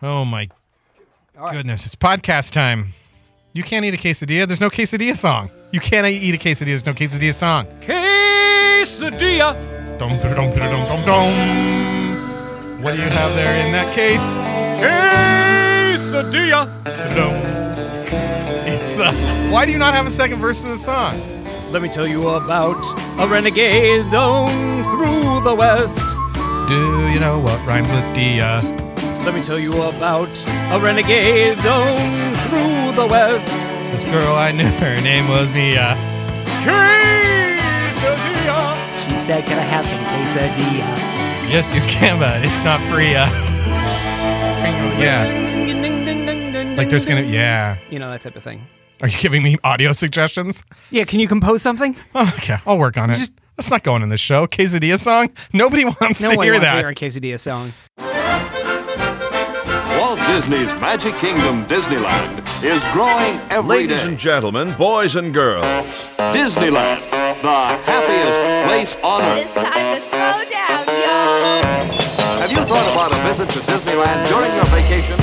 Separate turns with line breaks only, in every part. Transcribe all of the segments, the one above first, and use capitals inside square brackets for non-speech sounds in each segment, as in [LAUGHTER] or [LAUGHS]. Oh my
All right.
goodness, it's podcast time. You can't eat a quesadilla. There's no quesadilla song. You can't eat a quesadilla. There's no quesadilla song.
Quesadilla.
Dum, dum, dum, dum, dum, dum. What do you have there in that case?
Quesadilla.
Dum. It's the. Why do you not have a second verse to the song?
Let me tell you about a renegade down through the west.
Do you know what rhymes with dia?
Let me tell you about a renegade down through the west.
This girl I knew, her name was Mia.
Quesadilla.
She said, Can I have some quesadilla?
Yes, you can, but it's not free. uh. Yeah.
Ding, ding, ding, ding, ding,
Like there's gonna.
ding.
Yeah.
You know, that type of thing.
Are you giving me audio suggestions?
Yeah, can you compose something?
Oh, okay, I'll work on it.
Just-
That's not going in the show. Quesadilla song? Nobody [LAUGHS] wants [LAUGHS]
No
to
one
hear
wants
that.
to hear a quesadilla song.
Walt Disney's Magic Kingdom Disneyland is growing every day.
Ladies and gentlemen, boys and girls,
Disneyland, the happiest place on earth.
It's time to throw down, y'all.
Have you thought about a visit to Disneyland during your vacation?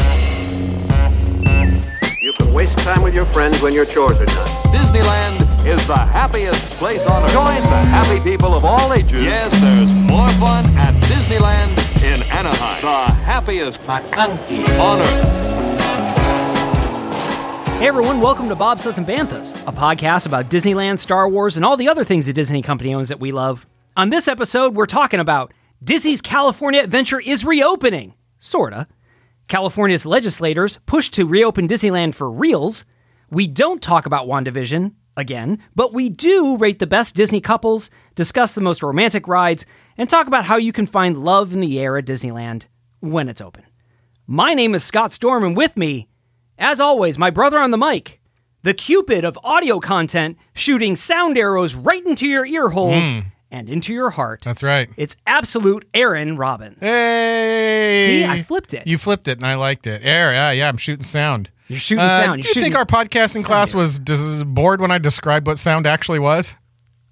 You can waste time with your friends when your chores are done.
Disneyland is the happiest place on earth. Join the happy people of all ages. Yes, there's more fun at Disneyland in Anaheim, the happiest on earth.
Hey everyone, welcome to Bob Says and Banthas, a podcast about Disneyland, Star Wars, and all the other things the Disney company owns that we love. On this episode, we're talking about Disney's California Adventure is reopening, sorta. California's legislators push to reopen Disneyland for reals. We don't talk about WandaVision again, but we do rate the best Disney couples, discuss the most romantic rides, and talk about how you can find love in the air at Disneyland when it's open. My name is Scott Storm, and with me, as always, my brother on the mic, the Cupid of audio content, shooting sound arrows right into your ear holes and into your heart.
That's right.
It's absolute Aaron Robbins.
Hey!
See, I flipped it.
You flipped it, and I liked it. Air, yeah, yeah. I'm shooting sound.
You're shooting
Uh,
sound.
Do
You're
you think
shooting-
our podcasting
sound
class
here.
was dis- bored when I described what sound actually was? [LAUGHS]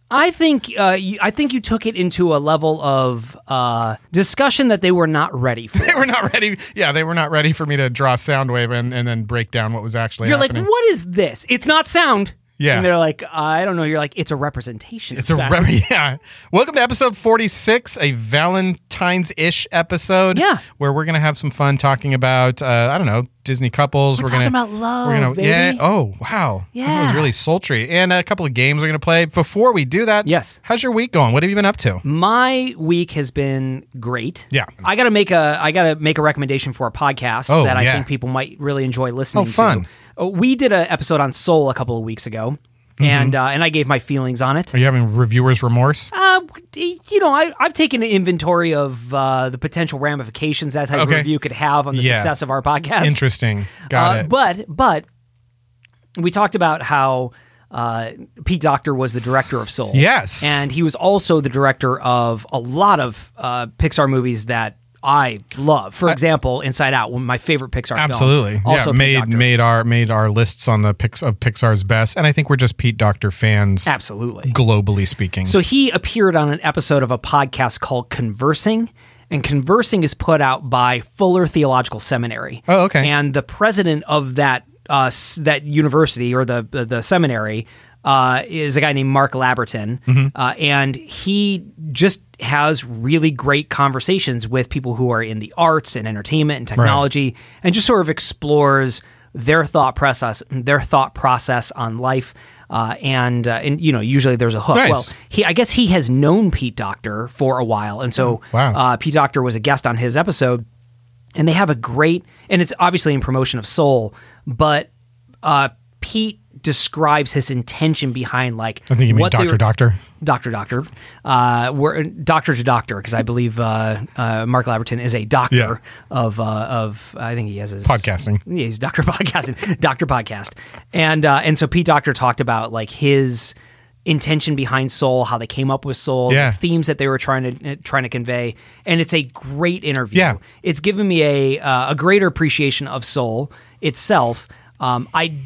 I think uh, you, I think you took it into a level of uh, discussion that they were not
[LAUGHS]
ready for.
They were not ready. Yeah, they were not ready for me to draw a sound wave and, and then break down what was actually
You're like,
happening.
what is this? It's not sound.
Yeah.
And they're like, I don't know. You're like, it's a representation.
It's a
sound.
rem- [LAUGHS] yeah. Welcome to episode 46, a Valentine's ish episode.
Yeah.
Where we're going to have some fun talking about, uh, I don't know, Disney couples. We're,
talking
gonna,
about love,
We're gonna, Yeah.
baby.
Oh, wow. That was
Yeah.
really sultry. And a couple of games we're going to play. Before we do that,
Yes.
How's your week going? What have you been up to?
My week has been great.
Yeah.
I gotta make a I gotta make a recommendation for a podcast
Oh,
that I
yeah.
think people might really enjoy listening
Oh, fun.
to. Uh, We did an episode on Soul a couple of weeks ago,
Mm-hmm.
and uh, and I gave my feelings on it.
Are you having reviewer's remorse?
Uh, you know, I, I've taken an inventory of uh, the potential ramifications that type
Okay.
of review could have on the
Yeah.
success of our podcast.
Interesting. Got
Uh,
it.
But but we talked about how uh, Pete Doctor was the director of Soul.
Yes.
and he was also the director of a lot of uh, Pixar movies that I love. For example, Inside Out, one of my favorite Pixar film.
Absolutely. yeah,
Also Pete
made
Docter.
made our made our lists on the Pix- of Pixar's best, and I think we're just Pete Doctor fans
absolutely.
globally speaking.
So he appeared on an episode of a podcast called Conversing, and Conversing is put out by Fuller Theological Seminary.
Oh, okay.
And the president of that uh, s- that university or the the, the seminary uh, is a guy named Mark Laberton,
Mm-hmm.
uh, and he just has really great conversations with people who are in the arts and entertainment and technology, and just sort of explores their thought process, their thought process on life. Uh, and uh, and you know usually there's a hook.
Nice.
Well, he I guess he has known Pete Doctor for a while, and so
Oh, Wow.
uh, Pete Doctor was a guest on his episode, and they have a great and it's obviously in promotion of soul but uh pete describes his intention behind like
I think you mean
what they
Doctor
were-
Doctor.
doctor doctor uh we're doctor to doctor because i believe uh, uh mark laverton is a doctor
Yeah.
of uh of i think he has his
Podcasting.
yeah, he's Doctor Podcasting, [LAUGHS] Doctor Podcast, and uh, and so Pete Doctor talked about like his intention behind Soul, how they came up with Soul,
Yeah.
the themes that they were trying to uh, trying to convey, and it's a great interview.
Yeah.
it's given me a uh, a greater appreciation of Soul itself. Um, I.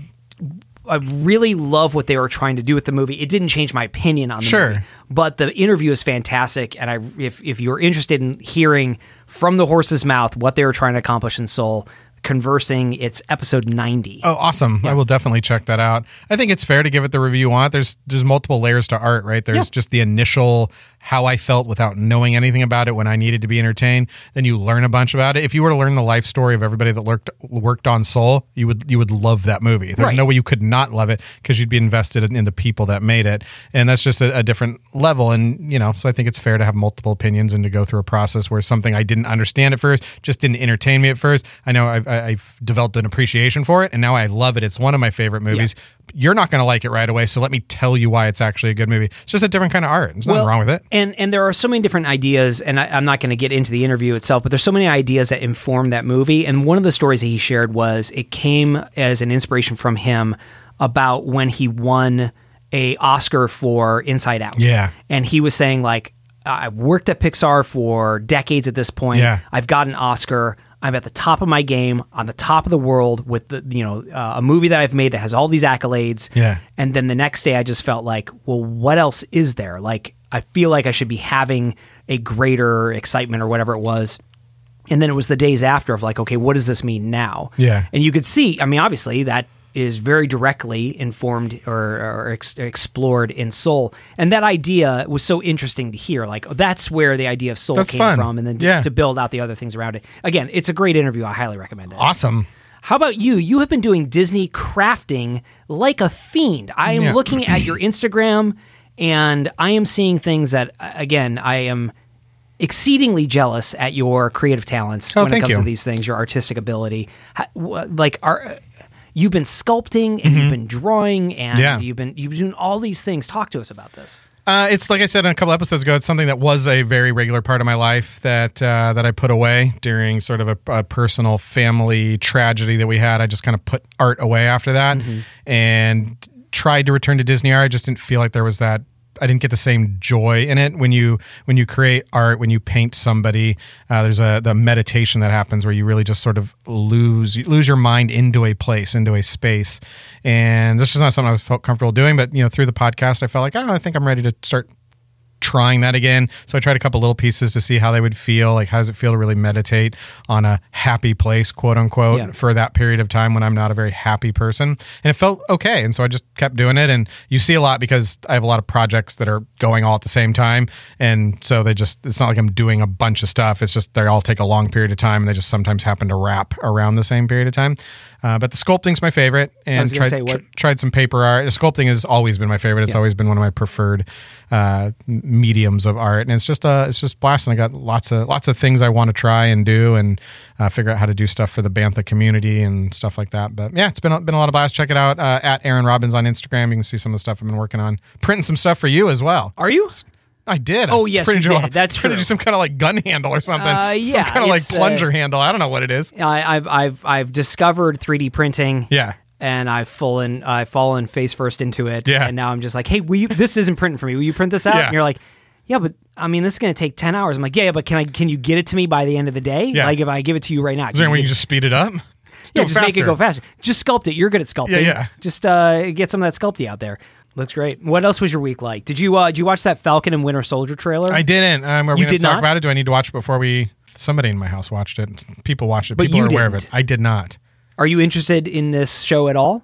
I really love what they were trying to do with the movie. It didn't change my opinion on the
Sure.
movie, but the interview is fantastic. And I, if if you're interested in hearing from the horse's mouth what they were trying to accomplish in Soul, conversing. It's episode 90.
Oh, awesome! I will definitely check that out. I think it's fair to give it the review you want. There's there's multiple layers to art, right? There's
Yeah.
just the initial how I felt without knowing anything about it when I needed to be entertained. Then you learn a bunch about it. If you were to learn the life story of everybody that worked worked on Soul, you would you would love that movie. There's
Right.
no way you could not love it because you'd be invested in, in the people that made it, and that's just a, a different level. And you know, so I think it's fair to have multiple opinions and to go through a process where something I didn't understand at first just didn't entertain me at first. I know I've, I- I've developed an appreciation for it, and now I love it. It's one of my favorite movies. You're not going to like it right away, so let me tell you why it's actually a good movie. It's just a different kind of art. There's nothing
Well,
wrong with it.
And and there are so many different ideas, and I, I'm not going to get into the interview itself, but there's so many ideas that inform that movie. And one of the stories that he shared was it came as an inspiration from him about when he won a Oscar for Inside Out.
Yeah.
and he was saying like, I- I've worked at Pixar for decades at this point.
Yeah.
I've got an Oscar. I'm at the top of my game, on the top of the world with the you know uh, a movie that I've made that has all these accolades.
Yeah.
And then the next day, I just felt like, well, what else is there? Like, I feel like I should be having a greater excitement or whatever it was. And then it was the days after of like, okay, what does this mean now?
Yeah.
And you could see, I mean, obviously that is very directly informed or, or ex- explored in Soul. And that idea was so interesting to hear. Like, that's where the idea of Soul
That's
came
fun.
from. And then to-
Yeah.
to build out the other things around it. Again, it's a great interview. I highly recommend it.
Awesome.
How about you? You have been doing Disney crafting like a fiend. I am
Yeah.
looking at
[CLEARS THROAT]
your Instagram and I am seeing things that, uh, again, I am exceedingly jealous at your creative talents
Oh,
when it
thank
comes
you.
to these things, your artistic ability. How, wh- like, are. You've been sculpting and you've been drawing and
Mm-hmm. Yeah.
you've been you've been doing all these things. Talk to us about this.
Uh, it's like I said a couple episodes ago. It's something that was a very regular part of my life that uh, that I put away during sort of a, a personal family tragedy that we had. I just kind of put art away after that and tried to return to Disney art. I just didn't feel like there was that. I didn't get the same joy in it when you when you create art when you paint somebody. Uh, there's a the meditation that happens where you really just sort of lose you lose your mind into a place into a space, and this is not something I felt comfortable doing. But you know through the podcast I felt like oh I think I'm ready to start trying that again. So I tried a couple little pieces to see how they would feel. Like, how does it feel to really meditate on a happy place, quote unquote,
Yeah.
for that period of time when I'm not a very happy person? And it felt okay. And so I just kept doing it. And you see a lot because I have a lot of projects that are going all at the same time. And so they just, it's not like I'm doing a bunch of stuff. It's just they all take a long period of time and they just sometimes happen to wrap around the same period of time. Uh, but the sculpting's my favorite. And
was gonna
tried,
say, what-
tr- tried some paper art. Sculpting has always been my favorite. It's always been one of my preferred uh, m- mediums of art, and it's just uh, it's just blasting. I got lots of lots of things I want to try and do, and uh, figure out how to do stuff for the Bantha community and stuff like that. But yeah, it's been a- been a lot of blast. Check it out uh, at Aaron Robbins on Instagram. You can see some of the stuff I've been working on, printing some stuff for you as well.
Are you?
I did.
Oh,
I
yes,
printed
you
a-
did. That's
printed
true.
you some kind of like gun handle or something.
Uh,
some
yeah,
kind of like
it's, uh,
plunger handle. I don't know what it is.
I, I've I've I've discovered 3D printing.
Yeah.
and I've fallen I've fallen face first into it.
Yeah.
And now I'm just like, hey, will you this isn't printing for me. Will you print this out?
Yeah.
And you're like, Yeah, but I mean this is gonna take ten hours. I'm like, Yeah, yeah, but can I can you get it to me by the end of the day?
Yeah.
Like if I give it to you right now.
Is there any way you can just speed it up?
yeah,
Go
just make it go faster. Just sculpt it. You're good at sculpting.
Yeah, yeah.
Just uh, get some of that sculpty out there. Looks great. What else was your week like? Did you uh, did you watch that Falcon and Winter Soldier trailer?
I didn't. Um, are we
You
going to
did
talk
not?
about it? Do I need to watch it before we? Somebody in my house watched it. People watched it.
But
People
you
are aware of it.
didn't.
I did not.
Are you interested in this show at all?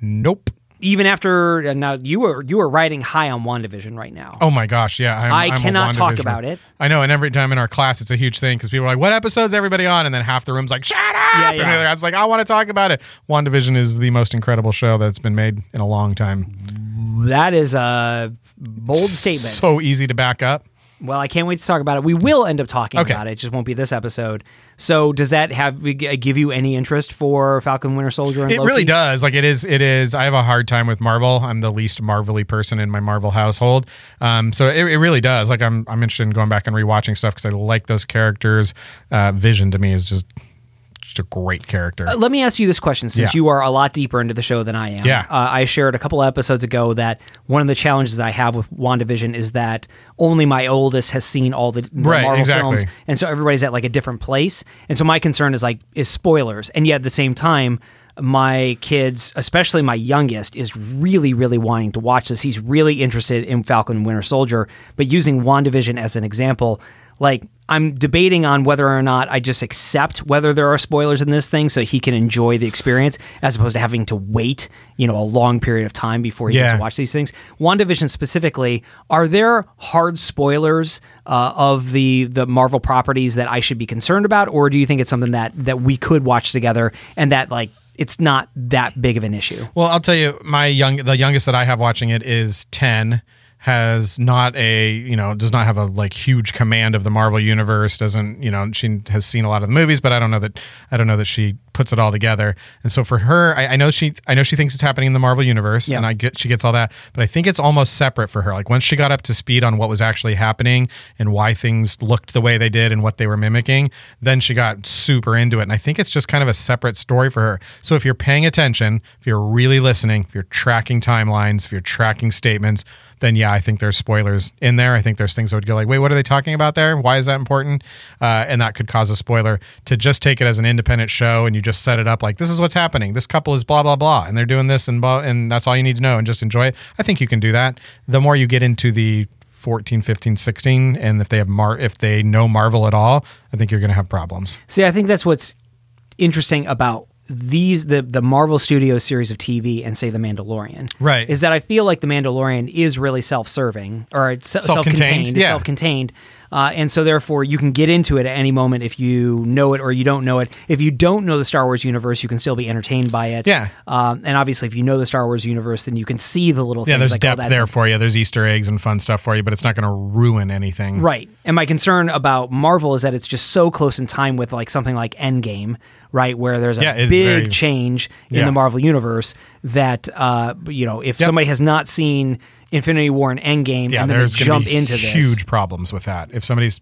Nope.
Even after uh, now, you are you are riding high on Wandavision right now.
Oh my gosh. Yeah. I'm,
I
I'm a
cannot talk
WandaVision.
about it.
I know. And every time in our class, it's a huge thing because people are like, "What episode's everybody on?" And then half the room's like, "Shut up!"
yeah.
And I was like, "I want to talk about it." WandaVision is the most incredible show that's been made in a long time.
That is a bold statement.
So easy to back up.
Well, I can't wait to talk about it. We will end up talking
Okay.
about it. It just won't be this episode. So, does that have give you any interest for Falcon Winter Soldier? And
It
Loki?
really does. Like it is. It is. I have a hard time with Marvel. I'm the least Marvelly person in my Marvel household. Um, so it, it really does. Like I'm. I'm interested in going back and rewatching stuff because I like those characters. Uh, Vision to me is just just a great character.
Let me ask you this question since
Yeah.
you are a lot deeper into the show than I am.
Yeah.
Uh, I shared a couple episodes ago that one of the challenges I have with WandaVision is that only my oldest has seen all the, the
Right,
Marvel
exactly.
films. And so everybody's at like a different place. And so my concern is like, is spoilers. And yet at the same time, my kids, especially my youngest, is really, really wanting to watch this. He's really interested in Falcon and Winter Soldier. But using WandaVision as an example, like I'm debating on whether or not I just accept whether there are spoilers in this thing so he can enjoy the experience as opposed to having to wait, you know, a long period of time before he gets
Yeah.
to watch these things. WandaVision specifically, are there hard spoilers uh, of the the Marvel properties that I should be concerned about or do you think it's something that that we could watch together and that like it's not that big of an issue?
Well, I'll tell you, my young, the youngest that I have watching it is ten. Has not a you know does not have a like huge command of the Marvel universe. Doesn't you know she has seen a lot of the movies, but I don't know that I don't know that she puts it all together. And so for her, I, I know she I know she thinks it's happening in the Marvel universe,
Yeah.
and I get she gets all that, but I think it's almost separate for her. Like once she got up to speed on what was actually happening and why things looked the way they did and what they were mimicking, then she got super into it. And I think it's just kind of a separate story for her. So if you're paying attention, if you're really listening, if you're tracking timelines, if you're tracking statements, then yeah, I think there's spoilers in there. I think there's things that would go like, wait, what are they talking about there? Why is that important? Uh, and that could cause a spoiler to just take it as an independent show and you just set it up like this is what's happening. This couple is blah blah blah, and they're doing this and blah, and that's all you need to know and just enjoy it. I think you can do that. The more you get into the 14, 15, 16, and if they have Mar- if they know Marvel at all, I think you're going to have problems.
See, I think that's what's interesting about these the the Marvel Studios series of TV and say the Mandalorian.
Right.
Is that I feel like the Mandalorian is really self-serving or it's se-
Self-contained,
self-contained, self-contained,
yeah.
self-contained. Uh, and so therefore you can get into it at any moment if you know it or you don't know it. If you don't know the Star Wars universe, you can still be entertained by it.
Yeah.
Um, and obviously if you know the Star Wars universe, then you can see the little
Yeah,
things
there's
like, oh,
depth
that's
there for you. There's Easter eggs and fun stuff for you, but it's not going to ruin anything.
Right. And my concern about Marvel is that it's just so close in time with like something like Endgame, right, where there's a
Yeah, it's
big
very-
change in
Yeah.
the Marvel universe that uh you know, if
Yep.
somebody has not seen Infinity War and Endgame
Yeah,
and then they
there's going
jump
to be
into this.
huge problems with that. If somebody's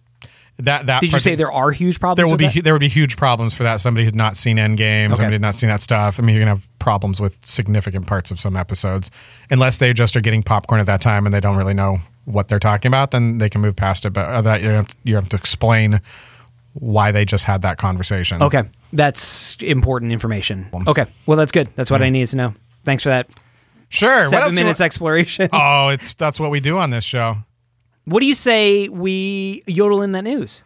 that that
Did you
partic-
say there are huge problems?
there will
with
be
that?
hu- there would be huge problems for that. Somebody had not seen Endgame. Somebody had not seen that stuff. I mean, you're gonna have problems with significant parts of some episodes, unless they just are getting popcorn at that time and they don't really know what they're talking about. Then they can move past it. But other than that you have, you have to explain why they just had that conversation.
Okay. That's important information. Okay. Well, that's good. That's what I needed to know. Thanks for that
sure. Mm-hmm. what else
seven
you
minutes
want-
exploration.
oh, it's that's what we do on this show.
What do you say we yodel in that news?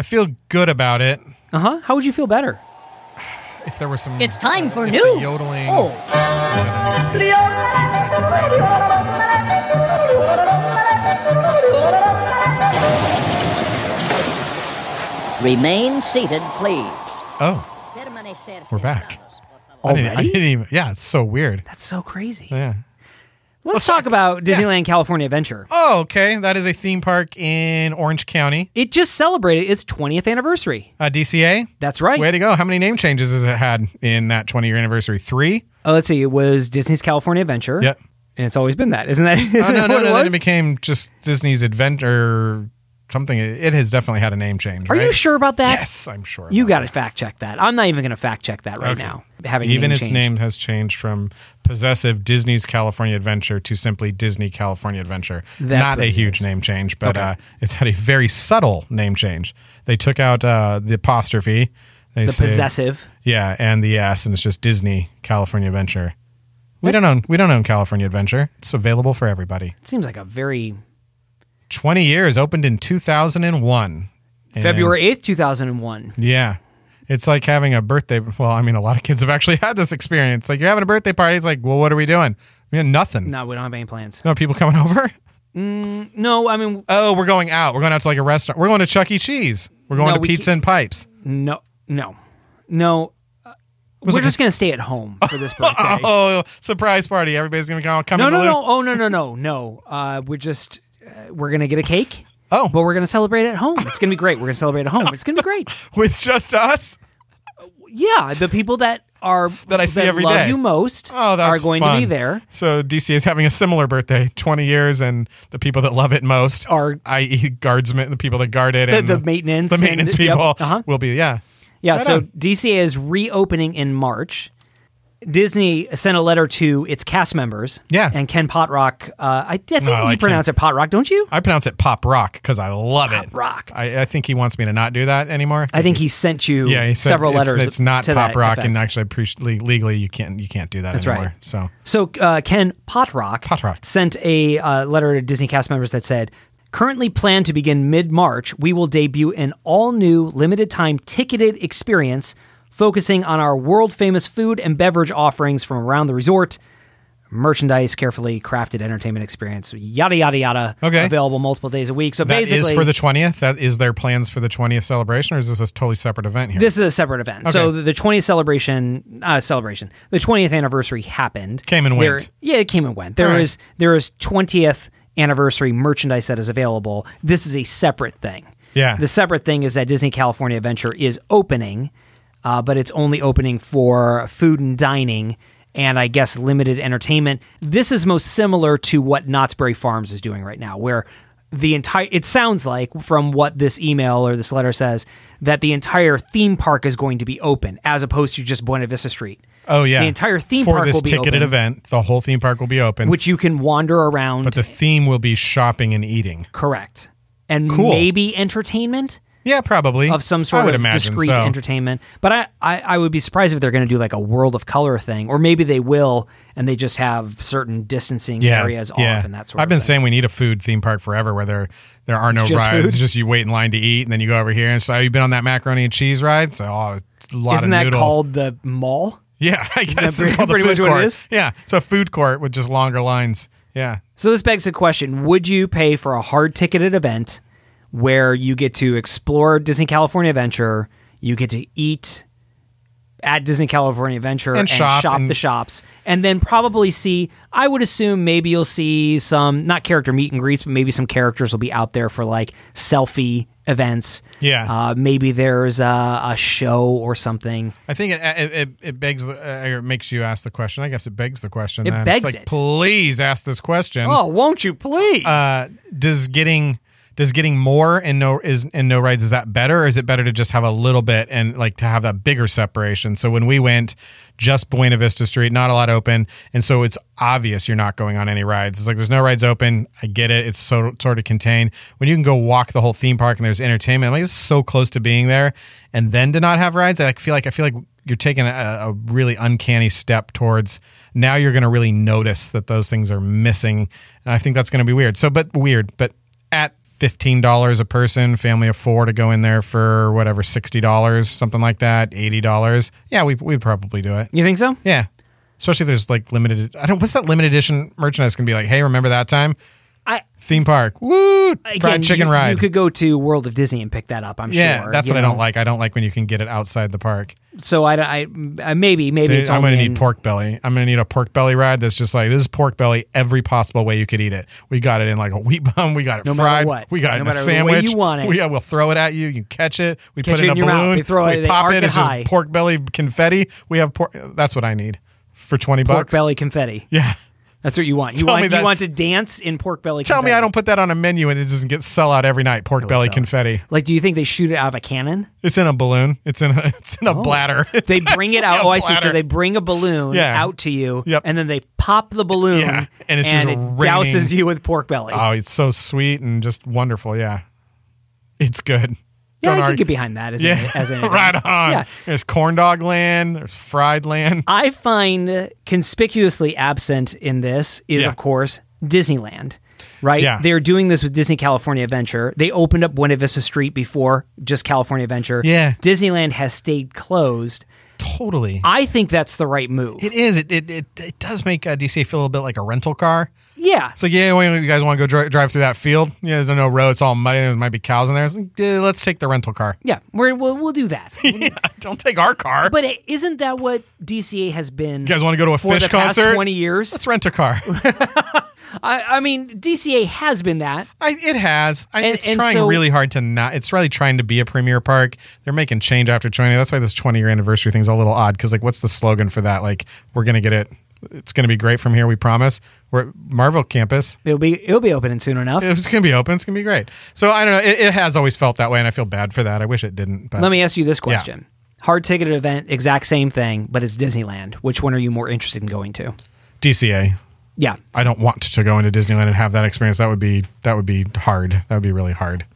I feel good about it.
Uh huh. How would you feel better?
If there were some,
It's time for
if the
news.
yodeling.
Oh, remain seated, please.
Oh, We're back. I didn't, I
Already?
didn't even. Yeah, it's so weird.
That's so crazy.
Yeah.
Let's
[LAUGHS]
talk about Disneyland California Adventure.
Oh, okay. That is a theme park in Orange County,
It just celebrated its 20th anniversary.
uh, DCA.
That's right.
Way to go. How many name changes has it had in that 20 year anniversary? Three?
Oh, let's see. It was Disney's California Adventure.
Yep.
And it's always been that, isn't that? [LAUGHS] Isn't
Oh, no,
that
no,
what it
no. Then it
was?
became just Disney's Adventure something. It has definitely had a name change.
Are you
right?
sure about that?
Yes, I'm sure.
You
about
got to fact check that. I'm not even going to fact check that right
Okay.
now. Having
Even
name
its
change.
name has changed from possessive Disney's California Adventure to simply Disney California Adventure.
That's
Not
what
a
it
huge
is.
name change, but uh, it's had a very subtle name change. They took out uh, the apostrophe. They
The
say-
possessive.
Yeah, and the S, and it's just Disney California Adventure. We don't own we don't own California Adventure. It's available for everybody.
It seems like a very
Twenty years opened in two thousand and one.
February 8th, 2001.
Yeah. It's like having a birthday. Well, I mean, a lot of kids have actually [LAUGHS] had this experience. Like, you're having a birthday party. It's like, well, what are we doing? We had nothing.
No, we don't have any plans.
No people coming [LAUGHS] over.
No, I mean,
Oh, we're going out. We're going out to like a restaurant. We're going to Chuck E. Cheese. We're going
No,
to
we
Pizza
can't-
and Pipes.
no, no, no. Uh, we're just going to stay at home for
[LAUGHS]
this birthday.
Oh, surprise party! Everybody's going to come. come
No,
in
no,
the
no.
loo-
Oh, no, no, no, no. Uh, we're just uh, we're gonna get a cake.
Oh.
but we're gonna celebrate at home. It's gonna be great. We're gonna celebrate at home. It's gonna be great.
With just us.
Yeah, the people that are
[LAUGHS] That I see every
love
day.
you most
Oh, that's
are going to be
fun.
there.
So DCA is having a similar birthday, 20 years, and the people that love it most
Are-
i.e., guardsmen, the people that guard it,
Oh. The-
and
the maintenance
the
and-
maintenance
yep,
people
uh-huh.
will be. Yeah,
Yeah,
Right
so
on.
DCA is reopening in March. Disney sent a letter to its cast members.
Yeah.
and Ken Potrock. Uh, I, I think
I
you
like
pronounce it Potrock, don't you?
I pronounce it pop rock because I love it.
rock.
I, I think he wants me to not do that anymore.
I think he sent you
yeah, he said
several
it's-
letters.
It's not
to
pop
that
rock,
effect.
and actually, pre- le- legally, you can't you can't do that
That's
anymore.
right.
So
So uh, Ken Potrock,
Potrock.
sent a uh, letter to Disney cast members that said, Currently planned to begin mid March, we will debut an all new, limited time ticketed experience focusing on our world famous food and beverage offerings from around the resort. Merchandise, carefully crafted entertainment experience, yada, yada, yada.
Okay.
Available multiple days a week. So
That is
basically,
for the twentieth. That is their plans for the twentieth celebration, or is this a totally separate event here?
this is a separate event. So
Okay.
the- the 20th celebration, uh, celebration, the 20th anniversary happened.
Came and
There-
went.
Yeah, it came and went. There
All right.
is there is 20th anniversary merchandise that is available. This is a separate thing.
Yeah.
The separate thing is that Disney California Adventure is opening, uh, but it's only opening for food and dining. And I guess limited entertainment. This is most similar to what Knott's Berry Farms is doing right now, where the entire, it sounds like from what this email or this letter says, that the entire theme park is going to be open as opposed to just Buena Vista Street.
oh yeah,
The entire theme
for
park
this
will be
ticketed
open.
event. The whole theme park will be open,
Which you can wander around.
but the theme will be shopping and eating.
Correct. And
Cool.
maybe entertainment
Yeah, probably
of some
I
sort
would
of
imagine
discrete
so.
entertainment. But I, I, I would be surprised if they're going to do like a world of color thing, or maybe they will, and they just have certain distancing
yeah,
areas
yeah.
off and that sort.
I've
of
been
thing.
saying we need a food theme park forever where there there are no
just
rides.
food?
It's just you wait in line to eat, and then you go over here and say, "Oh, you've been on that macaroni and cheese ride?" So, oh, it's a lot
Isn't
of
that
noodles.
called the mall?
[LAUGHS] yeah, I guess
pretty-
it's called
pretty
the
much
food
what it
court.
is?
Yeah, it's a food court with just longer lines. Yeah,
So this begs the question: Would you pay for a hard ticketed event where you get to explore Disney California Adventure, you get to eat at Disney California Adventure
And shop and-
the shops, and then probably see? I would assume maybe you'll see some not character meet and greets, but maybe some characters will be out there for like selfie events.
Yeah.
uh, maybe there's a, a show or something.
I think it it, it, it begs the- uh, it makes you ask the question. I guess it begs the question.
It
then.
begs
it's like,
it.
Please ask this question.
Oh, won't you please?
Uh, does getting does getting more and no is and no rides is that better, or is it better to just have a little bit and like to have a bigger separation? So when we went, just Buena Vista Street, not a lot open, and so it's obvious you're not going on any rides. It's like there's no rides open. I get it. It's so sort of contained. When you can go walk the whole theme park and there's entertainment, like it's so close to being there, and then to not have rides, I feel like I feel like you're taking a, a really uncanny step towards now you're going to really notice that those things are missing and i think that's going to be weird so but weird but at $15 a person family of four to go in there for whatever $60 something like that $80 yeah we, we'd probably do it
you think so?
yeah especially if there's like limited i don't what's that limited edition merchandise can be like hey remember that time
I-
theme park woo fried
Again,
chicken
you,
ride
You could go to World of Disney and pick that up. I'm
yeah
sure.
that's
you
what i
know?
don't like i don't like when you can get it outside the park
So I, I, I- maybe maybe
Dude,
it's
I'm
only
gonna
in-
need pork belly. I'm gonna need a pork belly ride that's just like this is pork belly every possible way you could eat it. We got it in like a wheat bun. We got it
No matter
fried.
what.
We got
No
it in a
matter the way
sandwich.
you want it.
We, yeah, we'll throw it at you. You catch it. We
Catch
put
it
it in
in
a
your mouth.
balloon.
They throw
we
it- they
pop
arc
it.
it
It's
high.
just pork belly confetti. We have pork. That's what I need for twenty
pork
bucks.
belly confetti.
Yeah. [LAUGHS]
That's what you want. You
Tell
want
me
you
that-
want to dance in pork belly.
Tell me
confetti.
I don't put that on a menu and it doesn't get sell out every night. Pork belly
sell.
confetti.
Like, do you think they shoot it out of a cannon?
It's in a balloon. It's in a. [LAUGHS] It's in a bladder. It's
Oh. They bring it
actually
out.
a
Oh, I see. So
bladder.
they bring a balloon
Yeah.
out to you,
Yep.
and then they pop the balloon,
Yeah, and it's just
it
raining.
douses you with pork belly.
[LAUGHS] Oh, it's so sweet and just wonderful. Yeah, it's good.
yeah, I
Don't
can
argue.
get behind that as
Yeah,
an, as
[LAUGHS]
an
right
advance.
on.
Yeah.
There's corn dog land. There's fried
[LAUGHS]
land.
I find conspicuously absent in this is,
Yeah.
of course, Disneyland. Right?
Yeah.
They're doing this with Disney California Adventure. They opened up Buena Vista Street before just California Adventure.
Yeah.
Disneyland has stayed closed.
Totally.
I think that's the right move.
it is. It it, it, it does make uh, DC feel a little bit like a rental car.
yeah.
It's like, yeah, well, you guys want to go dri- drive through that field? Yeah, there's no road. It's all muddy. There might be cows in there. It's like, "Yeah, let's take the rental car.
yeah. We're, we'll, we'll do that.
[LAUGHS] Don't take our car.
but it, isn't that what DCA has been?
you guys want to go to a
for
fish
the past
concert?
20 years?
Let's rent a car.
[LAUGHS] I, I mean, DCA has been that.
I, it has. I,
And-
it's
and
trying
so-
really hard to not. It's really trying to be a premier park. They're making change after 20. That's why this 20 year anniversary thing's a little odd because, like, what's the slogan for that? Like, we're going to get it. It's going to be great from here. We promise. We're at Marvel Campus. [LAUGHS]
It'll be it'll be opening soon enough.
It's going to be open. It's going to be great. So I don't know. It, it has always felt that way, and I feel bad for that. I wish it didn't. But
Let me ask you this question. Hard ticketed event, exact same thing, but it's Disneyland. Which one are you more interested in going to?
DCA.
Yeah.
I don't want to go into Disneyland and have that experience. That would be that would be hard. That would be really hard.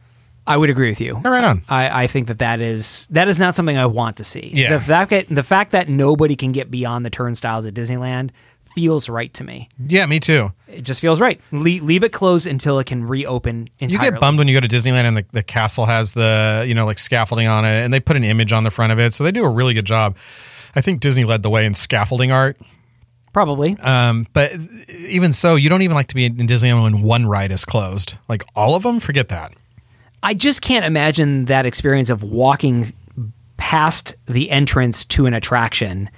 I would agree with you.
All right on.
I, I think that that is that is not something I want to see.
Yeah.
The fact that the fact that nobody can get beyond the turnstiles at Disneyland feels right to me.
Yeah, me too.
It just feels right. Le- leave it closed until it can reopen
You
entirely.
get bummed when you go to Disneyland and the, the castle has the, you know, like scaffolding on it and they put an image on the front of it. So they do a really good job. I think Disney led the way in scaffolding art.
Probably.
Um, but even so, you don't even like to be in Disneyland when one ride is closed. Like all of them, forget that.
I just can't imagine that experience of walking past the entrance to an attraction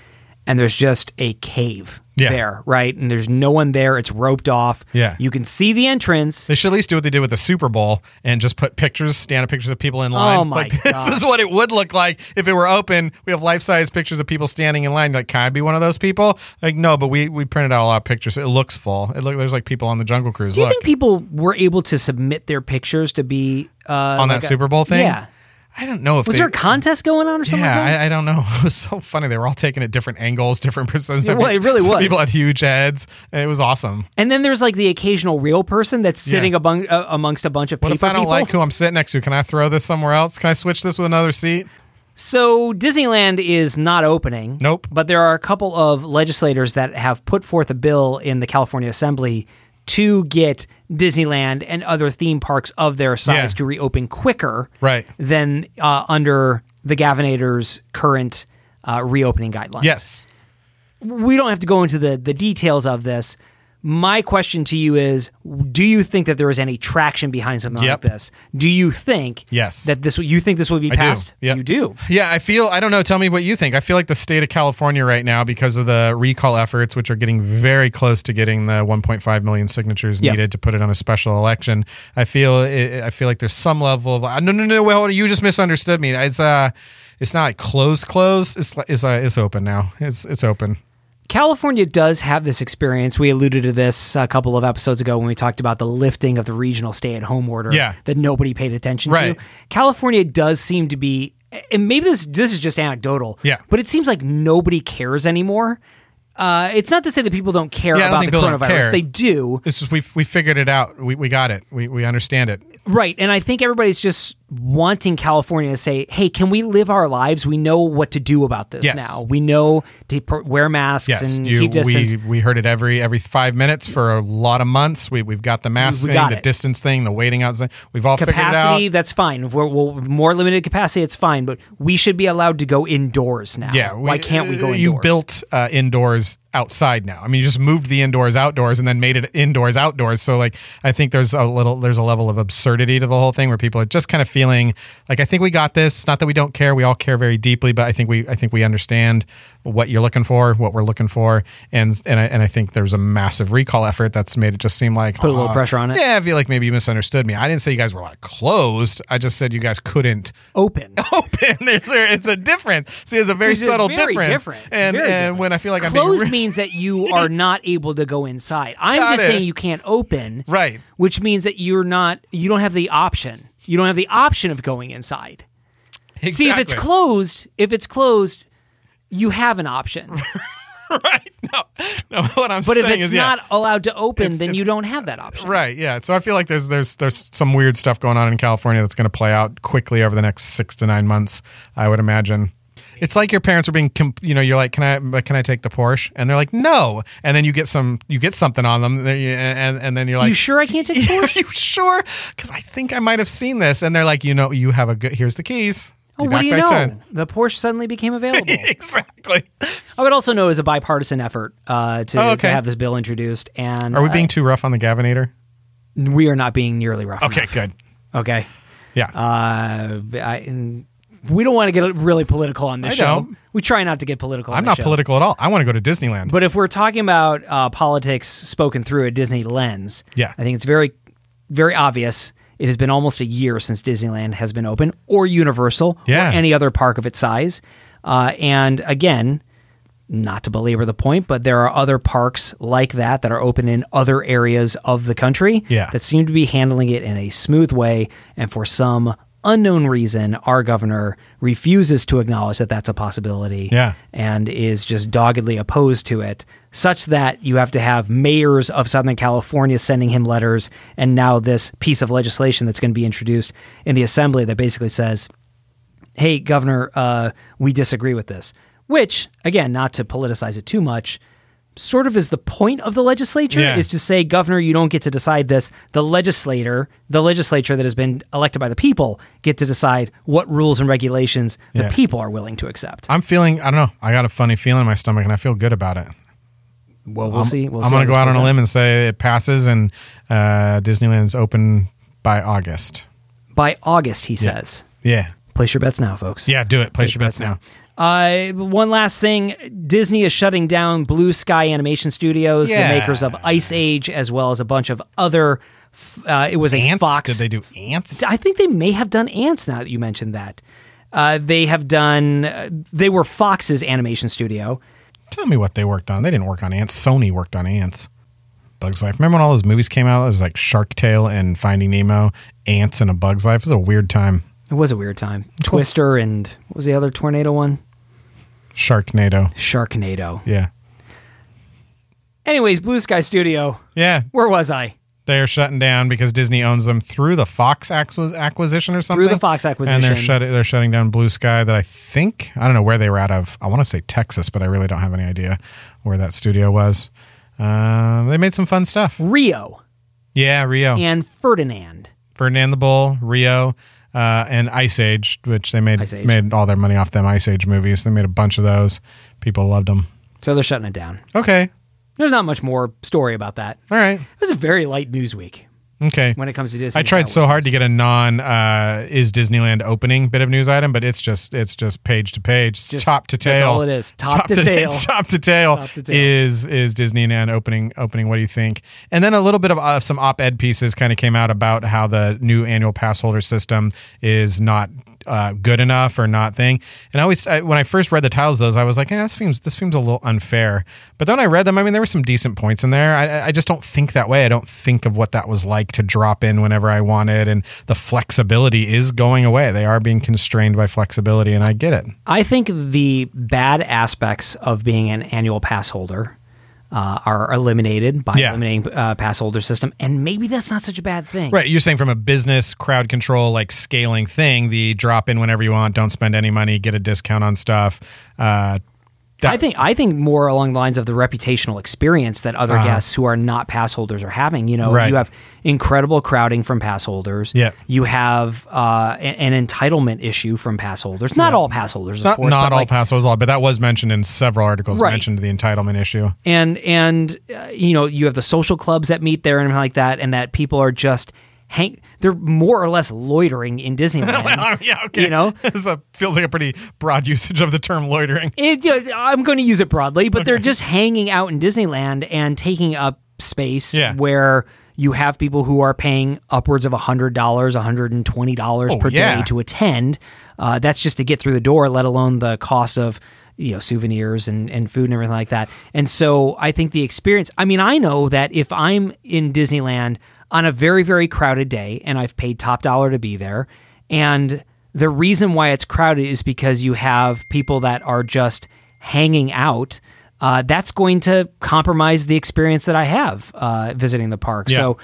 and there's just a cave
Yeah.
there, right? And there's no one there. It's roped off.
Yeah.
You can see the entrance.
They should at least do what they did with the Super Bowl and just put pictures, stand up pictures of people in line.
Oh my
like, [LAUGHS]
God.
This is what it would look like if it were open. We have life size pictures of people standing in line. Like, can I be one of those people? Like, no, but we we printed out a lot of pictures. It looks full. It look there's like people on the Jungle Cruise.
Do you
look
think people were able to submit their pictures to be uh,
on that
like a-
Super Bowl thing.
Yeah.
I don't know if
Was
they-
there a contest going on or something? like that?
Yeah, I, I don't know. [LAUGHS] It was so funny. They were all taken at different angles, different [LAUGHS] perspectives.
Yeah, well, it really
Some
was.
People had huge heads. It was awesome.
And then there's like the occasional real person that's sitting among, uh, amongst a bunch of
What
paper
if I don't
people.
like who I'm sitting next to? Can I throw this somewhere else? Can I switch this with another seat?
So Disneyland is not opening.
Nope.
But there are a couple of legislators that have put forth a bill in the California Assembly to get Disneyland and other theme parks of their size
Yeah.
to reopen quicker
Right.
than uh, under the Gavinator's current uh, reopening guidelines.
Yes.
We don't have to go into the, the details of this. My question to you is Do you think that there is any traction behind something
Yep.
like this? Do you think
Yes.
that this you think this will be
I do.
passed?
Yep.
You do.
Yeah, I feel I don't know, tell me what you think. I feel like the state of California right now because of the recall efforts which are getting very close to getting the 1.5 million signatures
Yeah.
needed to put it on a special election. I feel it, I feel like there's some level of uh, no no no wait, hold on, you just misunderstood me. It's uh it's not like close close. It's li- it's uh, it's open now. It's it's open.
California does have this experience. We alluded to this a couple of episodes ago when we talked about the lifting of the regional stay at home order
Yeah.
that nobody paid attention
Right.
to. California does seem to be and maybe this this is just anecdotal.
Yeah.
But it seems like nobody cares anymore. Uh, it's not to say that people don't care
Yeah, I don't
about the
think people don't
coronavirus.
care.
They do.
It's just we we figured it out. We we got it. We we understand it.
Right. And I think everybody's just wanting California to say, hey, can we live our lives? We know what to do about this
Yes.
now. We know to pr- wear masks
Yes,
and
you,
keep distance.
we we heard it every every five minutes for a lot of months. We we've got the mask
We
thing,
got
the
it.
distance thing, the waiting outside. We've all
capacity
figured it out.
that's fine if we're, we're more limited capacity it's fine but we should be allowed to go indoors now
Yeah,
why can't we go indoors
You built uh, indoors outside now. I mean, you just moved the indoors outdoors and then made it indoors outdoors. So like, I think there's a little there's a level of absurdity to the whole thing where people are just kind of feeling like I think we got this. Not that we don't care, we all care very deeply, but I think we I think we understand what you're looking for, what we're looking for, and and I, and I think there's a massive recall effort that's made it just seem like uh,
Put a little pressure on it.
Yeah, I feel like maybe you misunderstood me. I didn't say you guys were like closed. I just said you guys couldn't [LAUGHS]
open
open. There's a, it's a difference. See, it's a very
It's a
subtle
very
difference.
different,
And
very
and
different.
when I feel like I'm being [LAUGHS]
closed
re-
means that you are not able to go inside i'm
Got
just
it.
saying you can't open
Right.
which means that you're not you don't have the option you don't have the option of going inside
exactly.
see if it's closed if it's closed you have an option
[LAUGHS] right? No, no. [LAUGHS] What I'm
but if
saying
it's
is
not
yeah.
allowed to open
It's-
then
it's-
you don't have that option
Right, yeah. So I feel like there's there's there's some weird stuff going on in California that's going to play out quickly over the next six to nine months. I would imagine. It's like your parents are being, comp- you know, you're like, can I, but can I take the Porsche? And they're like, no. And then you get some, you get something on them, and, and, and then you're like,
you sure i can't take
[LAUGHS] Are
Porsche?
you sure? Because I think I might have seen this. And they're like, you know, you have a good. Here's the keys.
Oh,
You're
what do you know?
back by
The Porsche
[LAUGHS]
suddenly became available.
10. [LAUGHS] exactly.
I would also know it was a bipartisan effort uh, to,
Oh,
to
okay.
have this bill introduced, and
Are we being too rough on the Gavinator?
uh, we are not being nearly rough.
Okay,
enough.
good.
okay.
Yeah.
Uh, I, and we don't want to get really political on this
I
show.
don't.
We try not to get political. on
I'm
this
not
show.
political at all. I want to go to Disneyland.
but if we're talking about uh, politics spoken through a Disney lens,
Yeah.
I think it's very, very obvious. It has been almost a year since Disneyland has been open, or Universal,
Yeah.
or any other park of its size. Uh, and again, not to belabor the point, but there are other parks like that that are open in other areas of the country
Yeah.
that seem to be handling it in a smooth way. And for some unknown reason, our governor refuses to acknowledge that that's a possibility
Yeah.
and is just doggedly opposed to it, such that you have to have mayors of Southern California sending him letters. And now, this piece of legislation that's going to be introduced in the assembly that basically says, hey, Governor, uh, we disagree with this. Which, again, not to politicize it too much, sort of is the point of the legislature
Yeah.
is to say, Governor, you don't get to decide this. The legislator, the legislature that has been elected by the people, get to decide what rules and regulations the
Yeah.
people are willing to accept.
I'm feeling. I don't know. I got a funny feeling in my stomach, and I feel good about it.
well, we'll see. We'll
I'm
see
going to go
how
out
this
on
plays
a limb and say it passes, and uh, Disneyland's open by August.
By August, he says.
Yeah,
Place your bets now, folks.
yeah. Do it. Place your bets now.
Uh, one last thing Disney is shutting down Blue Sky Animation Studios,
Yeah.
the makers of Ice Age, as well as a bunch of other. f- Uh, it was a
Ants?
Fox.
Did they do ants?
[LAUGHS] I think they may have done ants now that you mentioned that. Uh, they have done, uh, they were Fox's animation studio.
Tell me what they worked on. They didn't work on ants. Sony worked on ants. Bugs Life. Remember when all those movies came out? It was like Shark Tale and Finding Nemo, Ants and a Bug's Life. It was a weird time.
It was a weird time. Twister and what was the other tornado one?
Sharknado.
Sharknado.
Yeah.
Anyways, Blue Sky Studio.
Yeah.
Where was I?
They're shutting down because Disney owns them through the Fox acqui- acquisition or something.
the Fox
And they're
acquisition.
shut they're shutting down Blue Sky that I think I don't know where they were out of. I want to say Texas, but I really don't have any idea where that studio was. Um, they made some fun stuff.
Rio
Yeah, Rio.
and Ferdinand.
Ferdinand the Bull, Rio, uh, and Ice Age, which they made
Ice Age.
made all their money off them Ice Age movies. They made a bunch of those. People loved them.
So they're shutting it down.
Okay,
There's not much more story about that.
all right,
It was a very light news week
okay.
when it comes to Disney.
I tried so
Network.
hard to get a non uh, is Disneyland opening bit of news item, but it's just it's just page to page,
Just-
top to tail.
that's all it is.
[LAUGHS] It's
Top to tail.
it's top to tail,
Top to tail.
is is Disneyland opening opening. What do you think? And then a little bit of uh, some op ed pieces kind of came out about how the new annual pass holder system is not. Uh, good enough or not thing, and I always I, when I first read the titles of those, I was like, "Yeah, this seems this seems a little unfair." But then I read them. I mean, there were some decent points in there. I- I, I just don't think that way. I don't think of what that was like to drop in whenever I wanted, and the flexibility is going away. They are being constrained by flexibility, and I get it.
I think the bad aspects of being an annual pass holder uh, are eliminated by
Yeah.
eliminating uh, pass holder system, and maybe that's not such a bad thing.
Right, you're saying from a business crowd control like scaling thing, the drop in whenever you want, don't spend any money, get a discount on stuff. Uh, that,
I think I think more along the lines of the reputational experience that other guests who are not pass holders are having. You know,
Uh-huh. Right.
you have incredible crowding from pass holders.
Yeah.
you have uh, a- an, entitlement issue from pass holders. Not all pass holders, of
not,
course.
not
but
all
like-
pass was law, but that was mentioned in several articles.
Right.
Mentioned the entitlement
[LAUGHS]
issue.
and and uh, you know you have the social clubs that meet there and everything like that, and that people are just hang. They're more or less
[LAUGHS]
loitering in Disneyland.
Oh, yeah, okay. [LAUGHS]
You know?
this uh, feels like a pretty broad usage of the term loitering.
It, you know, I'm going to use it broadly, but they're just hanging out in Disneyland and taking up space
Yeah.
where you have people who are paying upwards of $100, $120
Oh,
per
yeah.
day to attend. Uh, that's just to get through the door, let alone the cost of you know souvenirs and, and food and everything like that. And so I think the experience, I mean, I know that if I'm in Disneyland on a very, very crowded day and I've paid top dollar to be there and the reason why it's crowded is because you have people that are just hanging out. Uh, that's going to compromise the experience that I have uh, visiting the park.
Yeah.
So,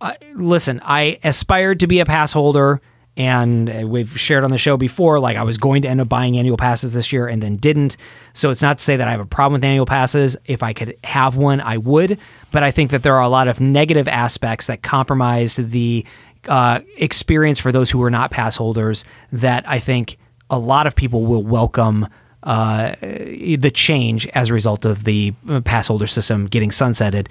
uh, listen, I aspired to be a pass holder, and uh, we've shared on the show before. Like, I was going to end up buying annual passes this year and then didn't. So, it's not to say that I have a problem with annual passes. If I could have one, I would. But I think that there are a lot of negative aspects that compromised the uh, experience for those who are not pass holders that I think a lot of people will welcome uh, the change as a result of the uh, pass holder system getting sunsetted.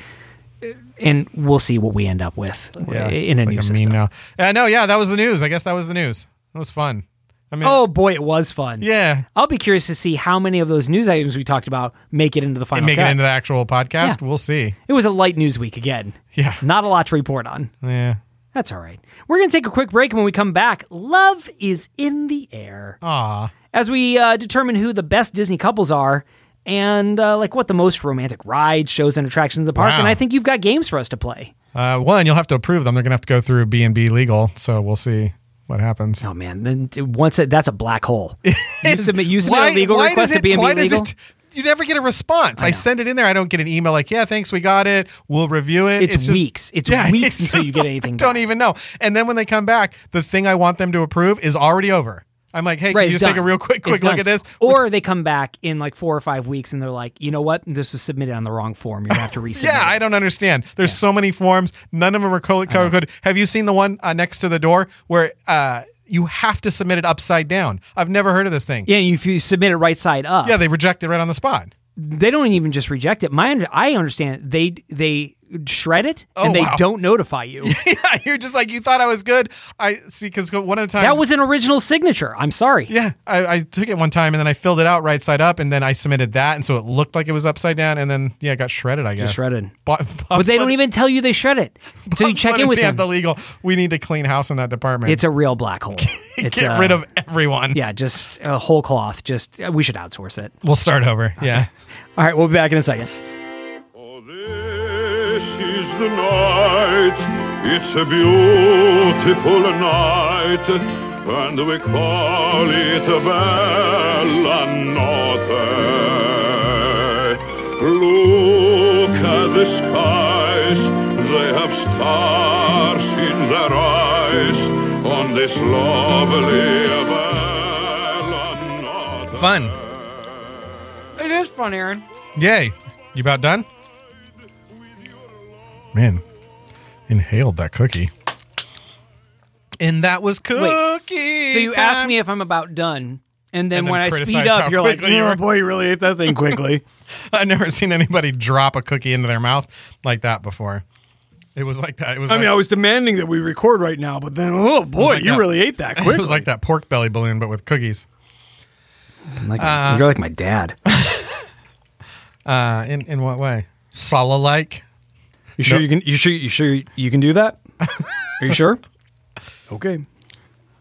And we'll see what we end up with in a
it's
new
like
system.
now. Uh, no, yeah, that was the news. I guess that was the news. That was fun. I mean,
Oh boy, it was fun.
yeah,
I'll be curious to see how many of those news items we talked about make it into the final
make
cut.
it into the actual podcast.
Yeah.
We'll see.
it was a light news week again.
Yeah,
Not a lot to report on.
yeah.
That's all right. We're going to take a quick break, and when we come back, love is in the air.
Aw.
as we uh, determine who the best Disney couples are and uh, like what the most romantic rides, shows, and attractions in the park.
Wow.
And I think you've got games for us to play.
Uh, one, you'll have to approve them. They're gonna have to go through B and B legal. So we'll see what happens.
Oh man, then once it, that's a black
[LAUGHS]
hole. [LAUGHS] You submit, you submit a legal
does
request to B&B
why does
legal.
it- you never get a response. I, send it in there. I don't get an email like, "Yeah, thanks, we got it. We'll review it."
It's weeks.
[LAUGHS]
It's weeks until you get anything
I don't
back.
even know. And then when they come back, the thing I want them to approve is already over. I'm like, hey,
Right,
can you
it's
just take a
done.
real quick, quick
It's
look
done.
at this?
Or they come back in like four or five weeks and they're like, you know what? This was submitted on the wrong form. You're going to have to resubmit.
[LAUGHS] Yeah, I
it."
don't understand. There's so many forms. None of them are color coded. Have you seen the one uh, next to the door where uh, you have to submit it upside down? I've never heard of this thing.
Yeah, and if you submit it right side up,
Yeah, they reject it right on the spot. [LAUGHS]
they don't even just reject it. My, under- I understand they they shred it
Oh,
and they
wow.
don't notify you.
[LAUGHS] yeah, you're just like you thought I was good. I see because one of the times
that was an original signature. I'm sorry.
Yeah, I, I took it one time and then I filled it out right side up and then I submitted that and so it looked like it was upside down and then yeah, it got shredded. I guess
shredded.
[LAUGHS] Bo-
But
Bob's
they don't
Sled-
even tell you they shred it until
[LAUGHS]
you
Bob's
check
Sled
in
and
with them.
Panther legal. We need to clean house in that department.
It's a real black hole.
[LAUGHS]
It's
get
uh,
rid of everyone.
Yeah, just a whole cloth. Just uh, we should outsource it.
We'll start over.
[LAUGHS]
Yeah.
All right, we'll be back in a second.
Oh, This is the night. It's a beautiful night. And we call it Bella Notte. Look at the skies. They have stars in their eyes on this lovely Bella Notte.
Fun.
It is fun, Aaron.
Yay. You about done? Man, inhaled that cookie. And that was cookie.
So you
time.
ask me if I'm about done, and then,
And then
when I
criticize
speed
how
up, you're like,
quickly you
"Oh,
were."
boy, you really ate that
[LAUGHS]
thing quickly."
I've never seen anybody drop a cookie into their mouth like that before. It was like that. It was. like,
was demanding that we record right now, but then, oh boy,
like that-
ate [LAUGHS] that
it was like that pork belly balloon, but with cookies.
Like, you're like my dad.
Uh, in in what way? Sala like.
You sure you can? You sure? You sure you can do that? Are you sure? Okay.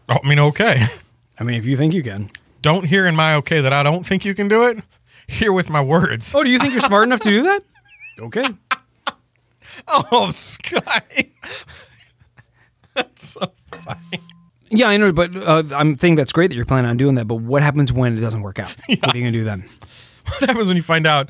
Oh, I mean, okay. [LAUGHS]
I mean, if you think you can.
Don't hear in my okay that I don't think you can do it. Hear with my words.
Oh, do you think you're smart enough to do that? Okay.
[LAUGHS] Oh, Sky.
Yeah, I know, but uh, I'm thinking that's great that you're planning on doing that. But what happens when it doesn't work [LAUGHS] out? What are you gonna do then?
What happens when you find out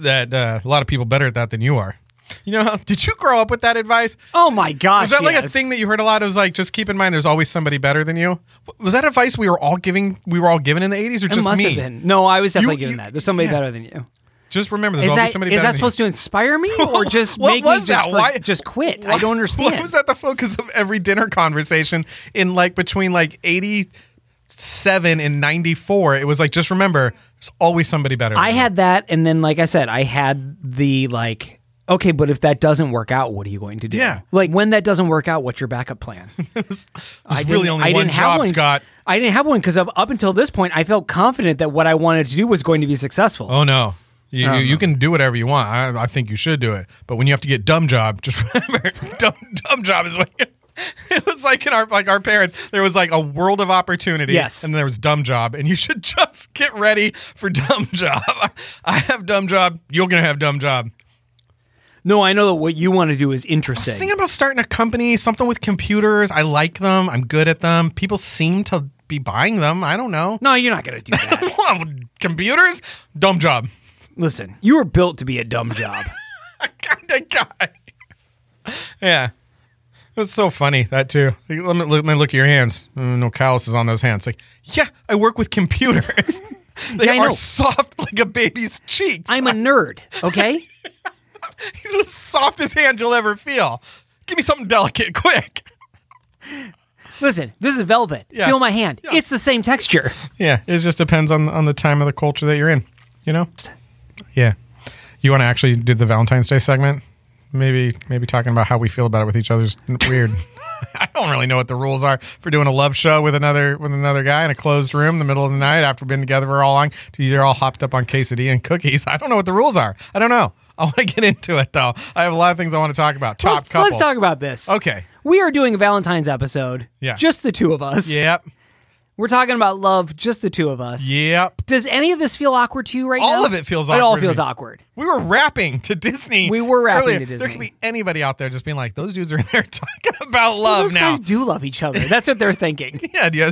that uh, a lot of people better at that than you are? You know, [LAUGHS] did you grow up with that advice?
Oh my gosh!
Was that like a
yes.
thing that you heard a lot? It was like, just keep in mind, there's always somebody better than you. Was that advice we were all giving? We were all given in the 80s, or
It
just
must
me?
have been. No, I was definitely
You-
giving
you-
that. There's somebody
yeah.
better than you.
Just remember, there's
Is
always
that,
somebody
is
better
that
than
supposed to inspire me or
[LAUGHS]
just
What
make
was that?
me just, for-
Why-
just quit?
Why- [LAUGHS]
I don't understand.
Why was that the focus of every dinner conversation in like between like 87 and 94? It was like, just remember, there's always somebody better. Than
I
you.
had that, and then like I said, I had the like. Okay, but if that doesn't work out, what are you going to do?
Yeah.
like when that doesn't work out, what's your backup
[LAUGHS]
plan?
It was, it was
I
really
didn't-
only
I
one
didn't have
job,
one.
Scott.
I didn't have one because up, up until this point, I felt confident that what I wanted to do was going to be successful.
Oh, no. You, you, you can do whatever you want. I, I think you should do it. But when you have to get dumb job, [LAUGHS] just remember, dumb, dumb job is what you. [LAUGHS] It was like in our like our parents. There was like a world of opportunity,
Yes.
and there was dumb job, and you should [LAUGHS] just get ready for dumb [LAUGHS] job. I have dumb job. You're gonna have dumb job.
No, I know that what you want to do is interesting.
was thinking about starting a company, something with computers. I like them. I'm good at them. People seem to be buying them. I don't know.
no, you're not going to
[LAUGHS]
do that.
Well, computers? Dumb job.
Listen, you were built to be a dumb job.
kind of guy. yeah. It was so funny, that too. Like, Let me, let me look at your hands. Mm, No calluses on those hands. Like, yeah, I work with computers. [LAUGHS] they
Yeah, I
are
know.
soft like a baby's cheeks.
I'm a nerd, okay?
He's [LAUGHS] the softest hand you'll ever feel. Give me something delicate, [LAUGHS] quick.
Listen, this is velvet.
Yeah.
Feel my hand. It's the same texture.
Yeah, it just depends on on the time of the culture that you're in. You know. Yeah. You want to actually do the Valentine's Day segment? Maybe maybe talking about how we feel about it with each other's weird. [LAUGHS] I don't really know what the rules are for doing a love show with another with another guy in a closed room in the middle of the night after we've been together for all long. You're all hopped up on quesadilla and cookies. I don't know what the rules are. I don't know. I want to get into it though. I have a lot of things I want to talk about. Top
let's,
couple.
let's talk about this.
Okay.
We are doing a Valentine's episode.
Yeah.
Just the two of us.
Yep.
We're talking about love, just the two of us.
Yep.
Does any of this feel awkward to you right now?
All of it feels
It all
awkward to
feels
me.
awkward.
We were rapping to Disney.
We were rapping
earlier.
to Disney.
There could be anybody out there just being like, "Those dudes are in there [LAUGHS] talking about
Well,
love
those
now." [LAUGHS]
guys do love each other. That's what they're thinking.
yeah. Do you,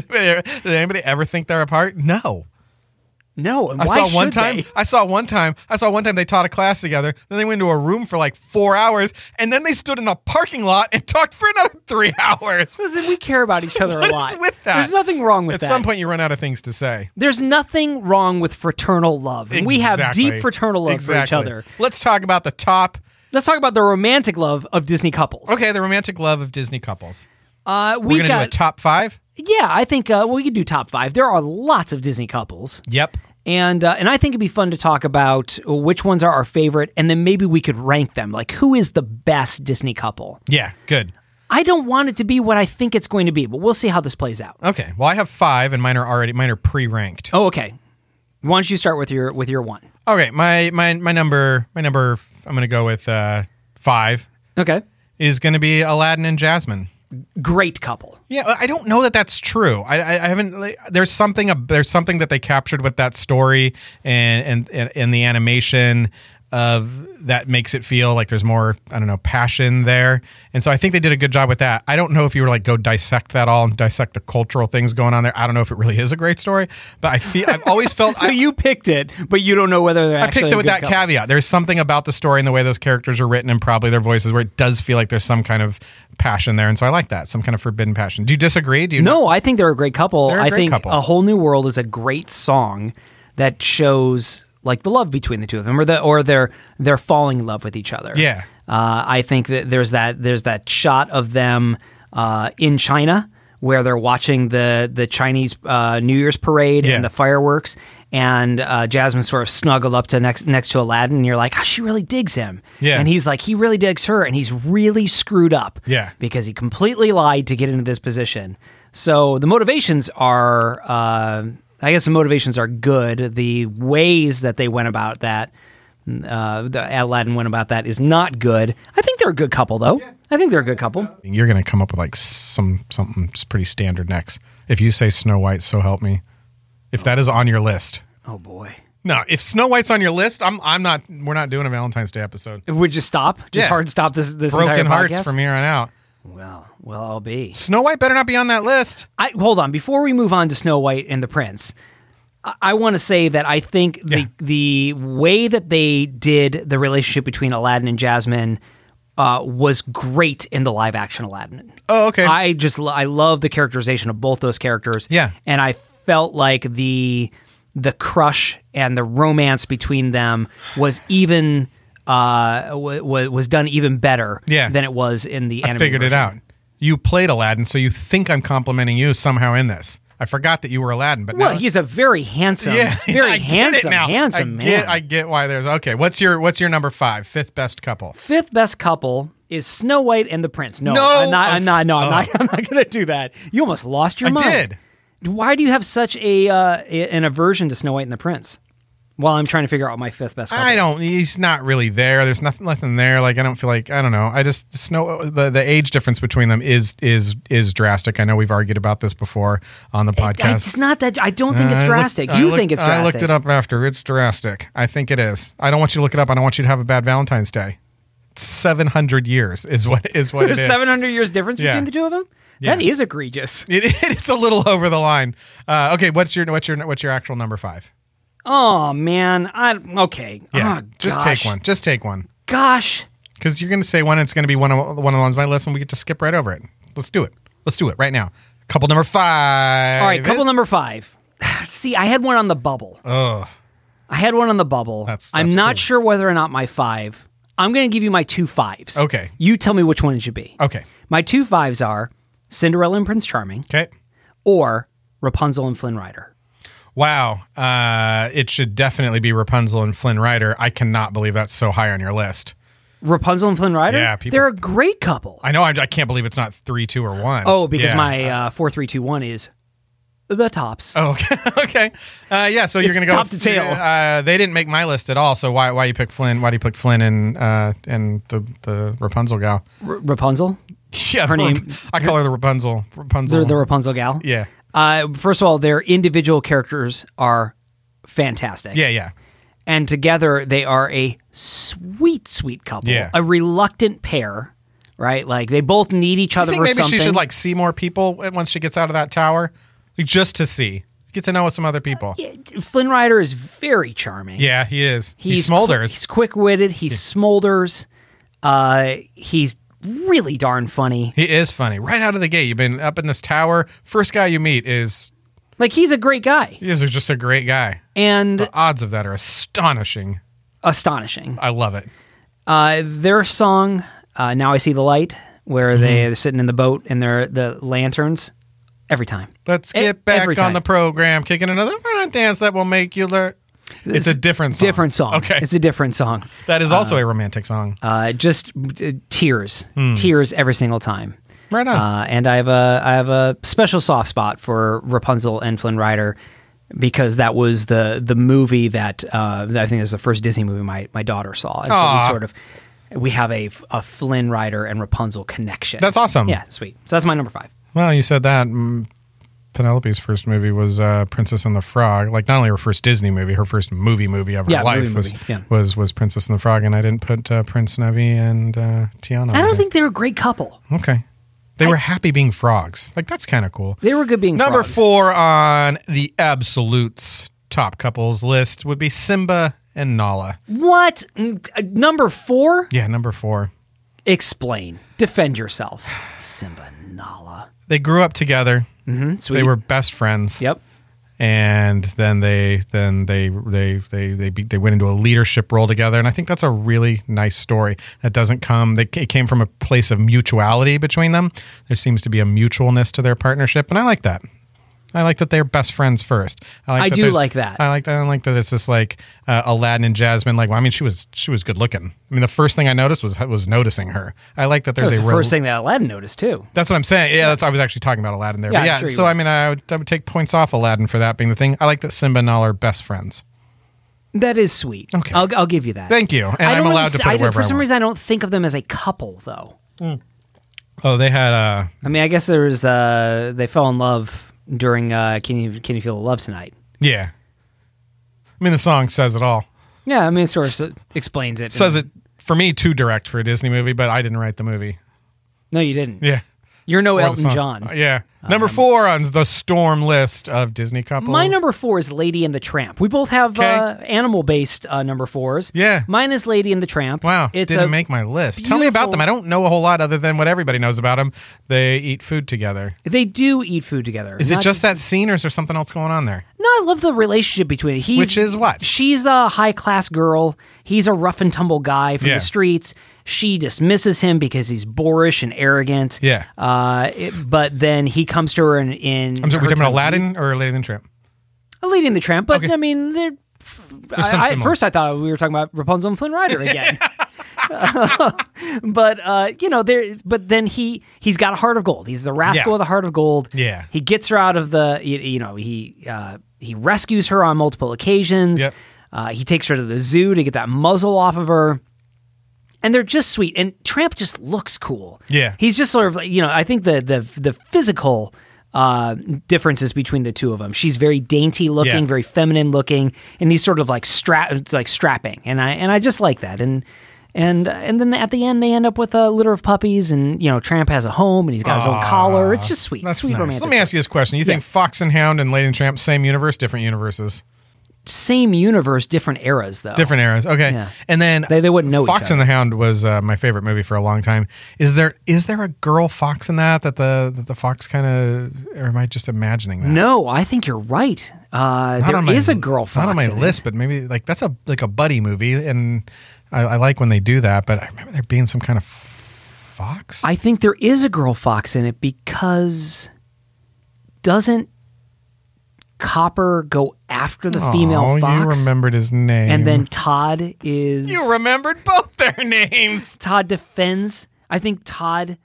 does anybody ever think they're apart? No.
No, and
I
why
saw one
should
time.
they?
I saw one time. I saw one time they taught a class together. Then they went into a room for like four hours, and then they stood in a parking lot and [LAUGHS] talked for another three [LAUGHS] hours.
Listen, we care about each other
[LAUGHS] What
a
is
lot.
with that?
There's nothing wrong with
At
that.
some point, you run out of things to say.
There's nothing wrong with fraternal love. And We have
Exactly.
deep fraternal love
exactly.
for each other.
Let's talk about the top.
Let's talk about the romantic love of Disney couples.
Okay, the romantic love of Disney couples.
Uh,
We're
we've
gonna do a
got,
top five.
yeah, I think uh, we could do top five. There are lots of Disney couples.
Yep.
And, uh, and I think it'd be fun to talk about which ones are our favorite, and then maybe we could rank them. Like, who is the best Disney couple?
Yeah. Good.
I don't want it to be what I think it's going to be, but we'll see how this plays out.
Okay. Well, I have five, and mine are already mine are pre-ranked.
Oh, okay. Why don't you start with your with your one?
Okay. My my my number my number. I'm gonna go with uh, five.
Okay.
Is gonna be Aladdin and Jasmine.
Great couple.
Yeah, uh, I- I don't know that that's true. I, I, I haven't. Like, there's something. ab- There's something that they captured with that story and and and, and the animation of that makes it feel like there's more. I don't know passion there, and so I think they did a good job with that. I don't know if you were like go dissect that all and dissect the cultural things going on there. I don't know if it really is a great story, but I feel I've always felt.
[LAUGHS] So
I,
you picked it, but you don't know whether they're
I picked it with that caveat. There's something about the story and the way those characters are written and probably their voices where it does feel like there's some kind of passion there. And so I like that, some kind of forbidden passion. Do you disagree? Do you
No, I think they're a great couple.
They're a
I
great
think
couple.
A Whole New World is a great song that shows like the love between the two of them or the or they're they're falling in love with each other.
Yeah.
Uh, I think that there's that there's that shot of them uh, in China where they're watching the the Chinese uh, New Year's parade
Yeah.
and the fireworks, and uh, Jasmine sort of snuggle up to next next to Aladdin, and you're like, oh, she really digs him.
Yeah.
And he's like, he really digs her, and he's really screwed up.
Yeah.
Because he completely lied to get into this position. So the motivations are, uh, I guess the motivations are good. The ways that they went about that, uh, the Aladdin went about that is not good. I think they're a good couple, though. I think they're a good couple.
You're going to come up with like some something s- pretty standard next. If you say Snow White, so help me. If that is on your list,
Oh, boy.
no. If Snow White's on your list, I'm I'm not. We're not doing a Valentine's Day episode.
If we just stop, just
Yeah.
hard stop this, this
Broken
entire
hearts
podcast.
from here on out.
Well, well, I'll be.
Snow White better not be on that list.
I hold on before we move on to Snow White and the Prince. I, I want to say that I think the
Yeah.
the way that they did the relationship between Aladdin and Jasmine uh, was great in the live action Aladdin.
Oh, okay.
I just lo- I love the characterization of both those characters.
Yeah.
and I felt like the the crush and the romance between them was even uh w- w- was done even better
Yeah.
than it was in the
I
anime
figured it
version.
out. You played Aladdin, so you think I'm complimenting you somehow in this. I forgot that you were Aladdin, but
Well,
now,
he's a very handsome,
yeah, [LAUGHS]
very
I get it
handsome,
now.
handsome
I
man.
get, I get why there's okay. What's your what's your number five? Fifth best couple.
Fifth best couple is Snow White and the Prince. No,
No,
I'm not. I'm not. No, I'm
oh.
not. [LAUGHS] I'm not going to do that. You almost lost your
I
mind.
did.
Why do you have such a uh, a- an aversion to Snow White and the Prince? While I'm trying to figure out my fifth best. Couple
I
is.
don't. He's not really there. There's nothing, nothing there. Like I don't feel like I don't know. I just just know the the age difference between them is is is drastic. I know we've argued about this before on the
I-
podcast.
It's not that. I don't think it's
I looked-
drastic.
I
you
looked-
think it's drastic.
I looked it up after. It's drastic. I think it is. I don't want you to look it up. I don't want you to have a bad Valentine's Day. Seven hundred years is what is what it
[LAUGHS] There's
is.
700 years difference
Yeah.
between the two of them. That is egregious.
It, [LAUGHS] it's a little over the line. Uh, okay, what's your what's your what's your actual number five?
Oh man. I okay.
Yeah,
Oh,
just
gosh.
take one. Just take one.
Gosh.
Because you're going to say one, it's going to be one of one of the ones on my left, and we get to skip right over it. Let's do it. Let's do it right now. Couple number five.
All right. Couple number five. [SIGHS] See, I had one on the bubble.
Oh,
I had one on the bubble.
That's-
I'm
that's
not
cool.
sure whether or not my five. I'm going to give you my two fives.
Okay.
You tell me which one it should be.
okay,
My two fives are Cinderella and Prince Charming
okay.
or Rapunzel and Flynn Rider.
Wow, uh, it should definitely be Rapunzel and Flynn Rider. I cannot believe that's so high on your list.
Rapunzel and Flynn Rider?
Yeah, people-
They're a great couple.
I know. I, I can't believe it's not three, two, or one.
oh, because
Yeah.
my uh, 4321 is the tops.
Oh, [LAUGHS] okay. okay. Uh, yeah. So you're
It's
going go
top to tail.
Uh, they didn't make my list at all. So why why you pick Flynn? Why do you pick Flynn and uh, and the the Rapunzel gal? [LAUGHS]
R- Rapunzel?
Yeah,
Her name-
Rap- I call her the Rapunzel. Rapunzel.
They're the Rapunzel gal?
yeah.
Uh, first of all, their individual characters are fantastic.
Yeah, yeah.
and together they are a sweet, sweet couple.
Yeah.
A reluctant pair, right? Like they both need each
I
other
think
for
maybe
something.
she should like see more people once she gets out of that tower, like, just to see, Get to know some other people.
Flynn Rider is very charming.
Yeah, he is.
He's
he smolders.
He's quick witted. He smolders. Uh, he's really darn funny.
he is funny. Right out of the gate, you've been up in this tower. First guy you meet is
Like he's a great guy
he is just a great guy.
and
The odds of that are astonishing.
astonishing.
I love it.
Uh, their song, uh, "Now I See the Light," where
Mm-hmm.
they are sitting in the boat and they're the lanterns. Every time,
Let's
E-
get back
every
on
time.
the program, kicking another front dance that will make you learn. It's, a different song.
different song.
Okay.
it's a different song.
that is also a romantic song.
Uh, just uh, tears,
Hmm.
tears every single time.
right on.
Uh, and I have a I have a special soft spot for Rapunzel and Flynn Rider because that was the the movie that, uh, that I think is the first Disney movie my, my daughter saw, and so
Aw.
we sort of we have a, a Flynn Rider and Rapunzel connection.
That's awesome.
Yeah, sweet. So that's my number five.
Well, you said that. mm, Penelope's first movie was uh, Princess and the Frog. Like, not only her first Disney movie, her first movie movie of her
Yeah,
life
movie
was,
movie, yeah.
was was Princess and the Frog. And I didn't put uh, Prince Navi and uh, Tiana.
I
on
don't
there.
think they're a great couple.
Okay, they were happy being frogs. Like that's kind of cool.
They were good being
Number
frogs.
four on the absolutes top couples list would be Simba and Nala.
What Mm, uh, number four?
Yeah, number four.
Explain. Defend yourself. [SIGHS] Simba Nala.
They grew up together.
Mm, sweet.
They were best friends.
Yep.
and then they then they they they they be, they went into a leadership role together and i think that's a really nice story that doesn't come they it came from a place of mutuality between them there seems to be a mutualness to their partnership and i like that I like that they're best friends first. like
I do
there's-
like that.
I like that. I like that it's just like uh, Aladdin and Jasmine. Like, well, I mean, she was she was good looking. I mean, the first thing I noticed was was noticing her. I like that
That
there's
was
a
the
rel-
first thing that Aladdin noticed too.
that's what I'm saying. Yeah, that's I was actually talking about Aladdin there.
Yeah,
but
I'm
yeah
sure you
so
were.
I mean, I would, I would take points off Aladdin for that being the thing. I like that Simba and Nala are best friends.
That is sweet.
Okay.
I'll, I'll give you that.
Thank you, and
I
I'm
don't
allowed to
s-
put
I
it
don't-
wherever
For
I
some
want.
reason, I don't think of them as a couple, though.
Oh, they had uh,
I mean, I guess there was uh, they fell in love during uh, "Can You Can You Feel the Love Tonight."
yeah. I mean, the song says it all.
Yeah, I mean, it sort of s- explains it.
Says it for me too direct for a Disney movie, but I didn't write the movie.
No, you didn't.
Yeah,
You're no
Or the
Elton
song.
John. Um,
Uh, yeah, number four on the storm list of Disney couples.
My number four is Lady and the Tramp. We both have
Okay.
uh, animal based uh, number fours.
Yeah.
Mine is Lady and the Tramp.
Wow,
It's
didn't
a,
make my list. Tell me about
beautiful-
them. I don't know a whole lot other than what everybody knows about them. They eat food together.
They do eat food together.
Is it
Not-
just that scene, or is there something else going on there?
No, I love the relationship between he's,
Which is what?
she's a high class girl. He's a rough and tumble guy from
Yeah.
the streets. She dismisses him because he's boorish and arrogant.
Yeah.
Uh, it- but then he comes to her in. in
I'm sorry,
her
we talking about
time-
Aladdin or Lady and the Tramp?
Lady and the Tramp. But
Okay.
I mean, they're. I-
some
I- at
similar.
first, I thought we were talking about Rapunzel and
[LAUGHS]
Flynn Rider again. [LAUGHS] but uh, you know, there. But then he he's got a heart of gold. He's the rascal
Yeah.
with a heart of gold.
Yeah.
he gets her out of the. You, you know, he uh, he rescues her on multiple occasions.
Yep.
Uh, he takes her to the zoo to get that muzzle off of her. And they're just sweet. And Tramp just looks cool.
Yeah.
He's just sort of like, you know, I think the the the physical uh, differences between the two of them. She's very dainty looking,
Yeah.
very feminine looking, and he's sort of like strap like strapping. And I and I just like that. And and and then at the end they end up with a litter of puppies and you know Tramp has a home and he's got his own collar. It's just sweet.
That's
Sweet
nice.
romantic.
Let me ask you this question. You think
Yes.
Fox and Hound and Lady and the Tramp, same universe, different universes?
Same universe, different eras though.
Different eras. Okay.
Oh. Yeah.
And then
They- they wouldn't know each
Fox
other.
and the Hound was uh, my favorite movie for a long time. Is there is there a girl fox in that that the that the fox kind of or am I just imagining that?
No, I think you're right. Uh,
Not
there
on my-
is a girl fox.
Not on my
in it.
list, but maybe like that's a like a buddy movie and I, I like when they do that, but I remember there being some kind of fox.
I think there is a girl fox in it because doesn't Copper go after the
oh,
female fox?
you remembered his name.
And then Todd is
you remembered both their [LAUGHS] names.
Todd defends. I think Todd.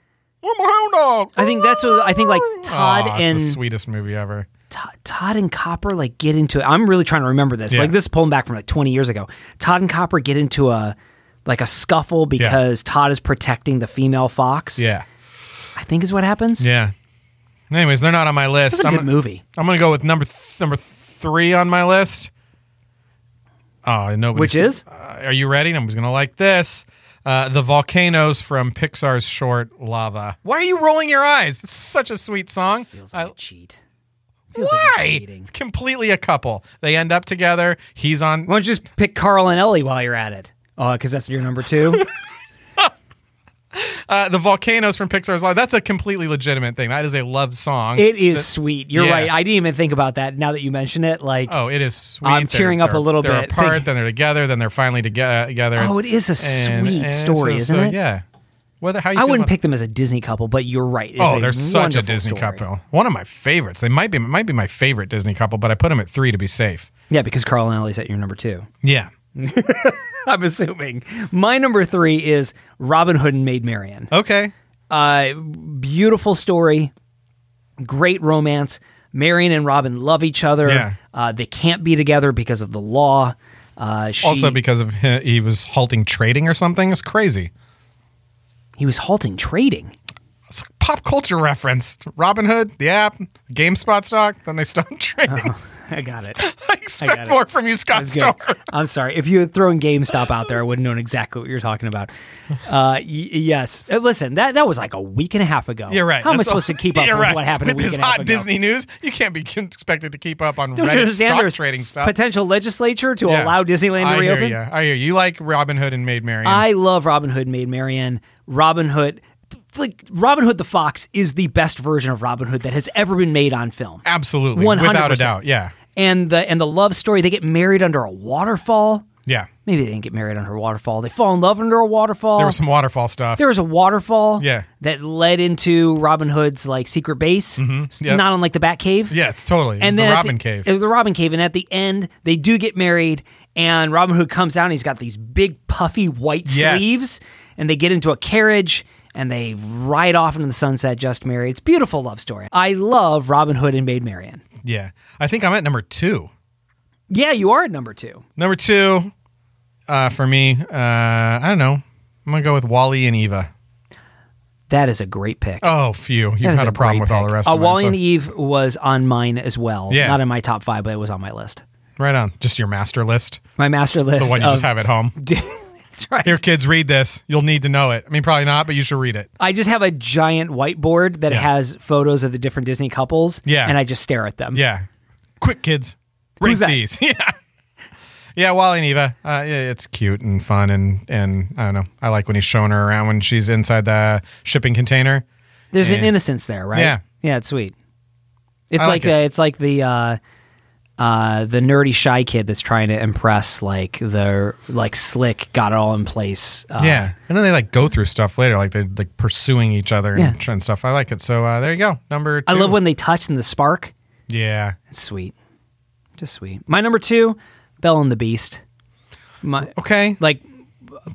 I'm a hound dog.
I think that's what I think. Like Todd
Aw,
and
it's the sweetest movie ever.
Todd, Todd and Copper like get into it. I'm really trying to remember this.
Yeah.
Like this is pulling back from like 20 years ago. Todd and Copper get into a like a scuffle because Todd is protecting the female fox.
Yeah,
I think is what happens.
yeah. Anyways, they're not on my list.
It's a
I'm,
good movie.
I'm gonna go with number th- number three on my list. Oh, nobody.
Which is?
Uh, are you ready? Nobody's gonna like this. Uh, the volcanoes from Pixar's short Lava. Why are you rolling your eyes? It's such a sweet song.
Feels
I-
like a cheat. Feels like it's
Why?
cheating.
It's completely a couple. They end up together. He's on.
Why don't you just pick Carl and Ellie while you're at it? Oh, because that's your
[LAUGHS]
number two.
Uh, the volcanoes from Pixar's Live. That's a completely legitimate thing. That is a love song.
it is sweet. You're
yeah.
right. I didn't even think about that. Now that you mention it, like
Oh, it is sweet.
I'm tearing up a little
they're
bit.
apart,
Thank-
then they're together, then they're finally toge- uh, together.
Oh, it is a
And-
sweet
and
story,
so-
isn't
so,
it?
Yeah. Whether how you
I
feel
wouldn't
about-
pick them as a Disney couple, but you're right. It's
Oh,
a
they're such a
wonderful
Disney
story.
couple. One of my favorites. They might be might be my favorite Disney couple, but I put them at three to be safe.
Yeah, because Carl and Ellie's at your number two. [LAUGHS]
Yeah.
I'm assuming. My number three is Robin Hood and Maid Marian.
Okay.
Uh, beautiful story, great romance. Marian and Robin love each other.
Yeah.
Uh, they can't be together because of the law. Uh, she,
also because of hi- he was halting trading or something. It's crazy.
he was halting trading. [LAUGHS]
It's a pop culture reference. Robin Hood, the app, GameSpot stock. Then they stopped [LAUGHS] trading.
I got it.
I
got
expect
it.
more from you, Scott
That's
Storm. [LAUGHS]
good. I'm sorry. If you had thrown GameStop out there, I wouldn't known exactly what you're talking about. Uh, y- yes. Uh, Listen, that that was like a week and a half ago.
You're right.
How am I
That's all-
supposed to keep
[LAUGHS]
up
You're
with
right.
what happened
with
a week
this
and a half
hot
ago?
Disney news? You can't be [LAUGHS] expected to keep up on
[LAUGHS] Don't you
Reddit
understand?
stock
There's
trading stuff.
potential legislature to
Yeah.
allow Disneyland
I
to reopen.
Hear you. I hear you. You like Robin Hood and Maid Marian.
I love Robin Hood Maid Marian. Robin Hood, th- like Robin Hood the Fox, is the best version of Robin Hood that has ever been made on film.
Absolutely.
100%.
Without a doubt. Yeah.
And the and the love story, they get married under a waterfall.
Yeah.
Maybe they didn't get married under a waterfall. They fall in love under a waterfall.
There was some waterfall stuff.
there was a waterfall
Yeah.
that led into Robin Hood's like secret base, S-
Mm-hmm. Yep.
not unlike the Batcave.
yeah, it's totally. It was the
at
Robin Cave.
It was the Robin Cave, and at the end, they do get married, and Robin Hood comes out, and he's got these big puffy white
Yes.
sleeves, and they get into a carriage, and they ride off into the sunset, just married. It's a beautiful love story. I love Robin Hood and Maid Marian.
yeah. I think I'm at number two.
Yeah, you are at number two.
Number two, uh, for me, uh, I don't know. I'm going to go with Wally and Eva.
That is a great pick.
Oh, phew. You
That is
had a problem
great
with all
pick.
the rest
uh,
of them.
Wally
so-
and Eve was on mine as well.
Yeah.
Not in my top five, but it was on my list.
Right on. Just your master list.
My master list.
The one you
of-
just have at home.
[LAUGHS] That's right.
Here, kids, read this. You'll need to know it. I mean, probably not, but you should read it.
I just have a giant whiteboard that
Yeah.
has photos of the different Disney couples.
Yeah.
And I just stare at them.
Yeah. Quick, kids. Rate
Who's that?
these. [LAUGHS] Yeah. Yeah, Wally and Eva. Uh, yeah, it's cute and fun, and and I don't know. I like when he's showing her around when she's inside the shipping container.
There's an
Yeah.
innocence there, right?
Yeah.
Yeah, it's sweet.
I
It's like,
like
the,
it.
it's like the uh uh the nerdy shy kid that's trying to impress like the like slick got it all in place. Uh,
yeah, and then they like go through stuff later, like they're like pursuing each other and,
Yeah.
tr- and stuff. I like it. So uh, there you go, number. Two.
I love when they touch and the spark.
Yeah,
It's sweet. Just sweet. My number two, Belle and the Beast. My
okay.
like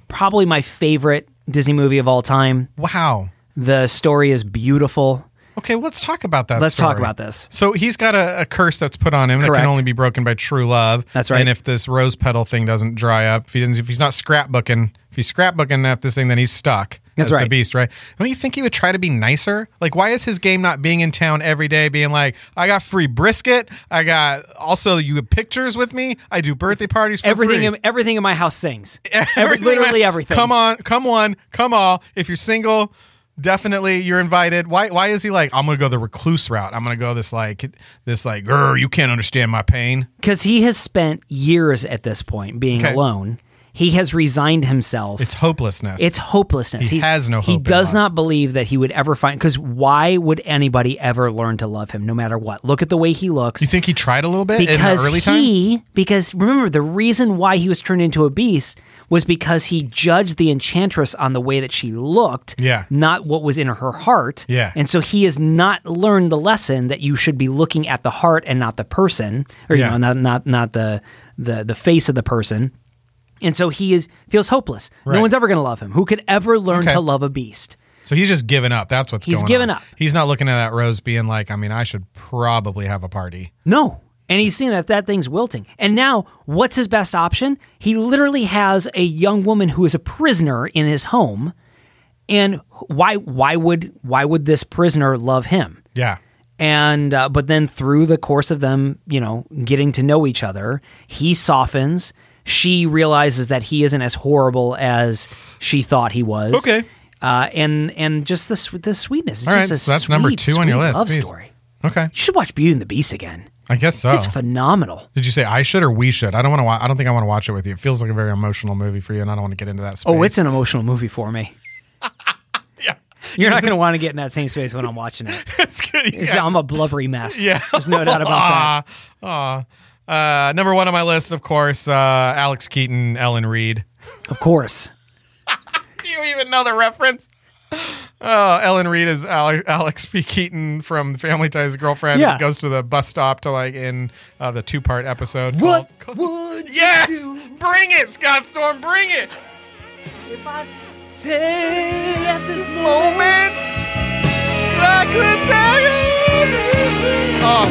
probably my favorite Disney movie of all time.
wow.
The story is beautiful.
Okay, let's talk about that.
Let's talk
story.
about this.
So he's got a, a curse that's put on him that
Correct.
can only be broken by true love.
That's right.
And if this rose petal thing doesn't dry up, if, he doesn't, if he's not scrapbooking, if he's scrapbooking at this thing, then he's stuck.
That's
as
right.
The beast, right? Don't you think he would try to be nicer? Like, why is his game not being in town every day, being like, "I got free brisket. I got also you have pictures with me. I do birthday parties for
Everything
free.
in, everything in my
[LAUGHS]
house sings. Every, literally everything.
Come on, come on, come all. If you're single, definitely you're invited. Why why is he like, I'm gonna go the recluse route. I'm gonna go this like this like grr, you can't understand my pain.
Because he has spent years at this point being
Okay.
alone. He has resigned himself.
It's hopelessness.
It's hopelessness.
He has no
He
hope in
does
life.
not believe that he would ever find. Because why would anybody ever learn to love him, no matter what? Look at the way he looks.
you think he tried a little bit in
because
the early time?
he because remember the reason why he was turned into a beast was because he judged the enchantress on the way that she looked
Yeah.
not what was in her heart
Yeah.
and so he has not learned the lesson that you should be looking at the heart and not the person or you
Yeah.
know not not not the the the face of the person and so he is feels hopeless no
Right.
one's ever going to love him who could ever learn
Okay.
to love a beast
So he's just giving up. That's what's
He's
going
given
on.
up.
He's not looking at that rose being like, I mean, I should probably have a party.
No. And he's seen that that thing's wilting. And now, what's his best option? He literally has a young woman who is a prisoner in his home. And why why would why would this prisoner love him?
Yeah.
And uh, but then through the course of them, you know, getting to know each other, he softens. She realizes that he isn't as horrible as she thought he was.
Okay.
Uh, and and just the sw- the sweetness. It's
All
just
right,
a
so that's number
sweet,
two on your
sweet
list.
Love
Jeez.
story.
Okay.
You should watch Beauty and the Beast again.
I guess so.
It's phenomenal.
Did you say I should or we should? I don't want to. Wa- I don't think I want to watch it with you. It feels like a very emotional movie for you, and I don't want to get into that. Space. [LAUGHS]
Oh, it's an emotional movie for me. You're not going to want to get in that same space when I'm watching [LAUGHS] it.
it's good.
It's-
Yeah.
I'm a blubbery mess.
Yeah.
There's no doubt about
Aw, aw. Ah, Uh, number one on my list, of course, uh, Alex Keaton, Ellen Reed. [LAUGHS]
that. Of course.
Do you even know the reference? Oh, Ellen Reed is Alex, Alex P. Keaton from Family Ties girlfriend.
Yeah.
Goes to the bus stop to like in uh, the two part episode.
What
called- Yes! Bring it, Scott Storm, bring it! Moment! I could tell you. Oh,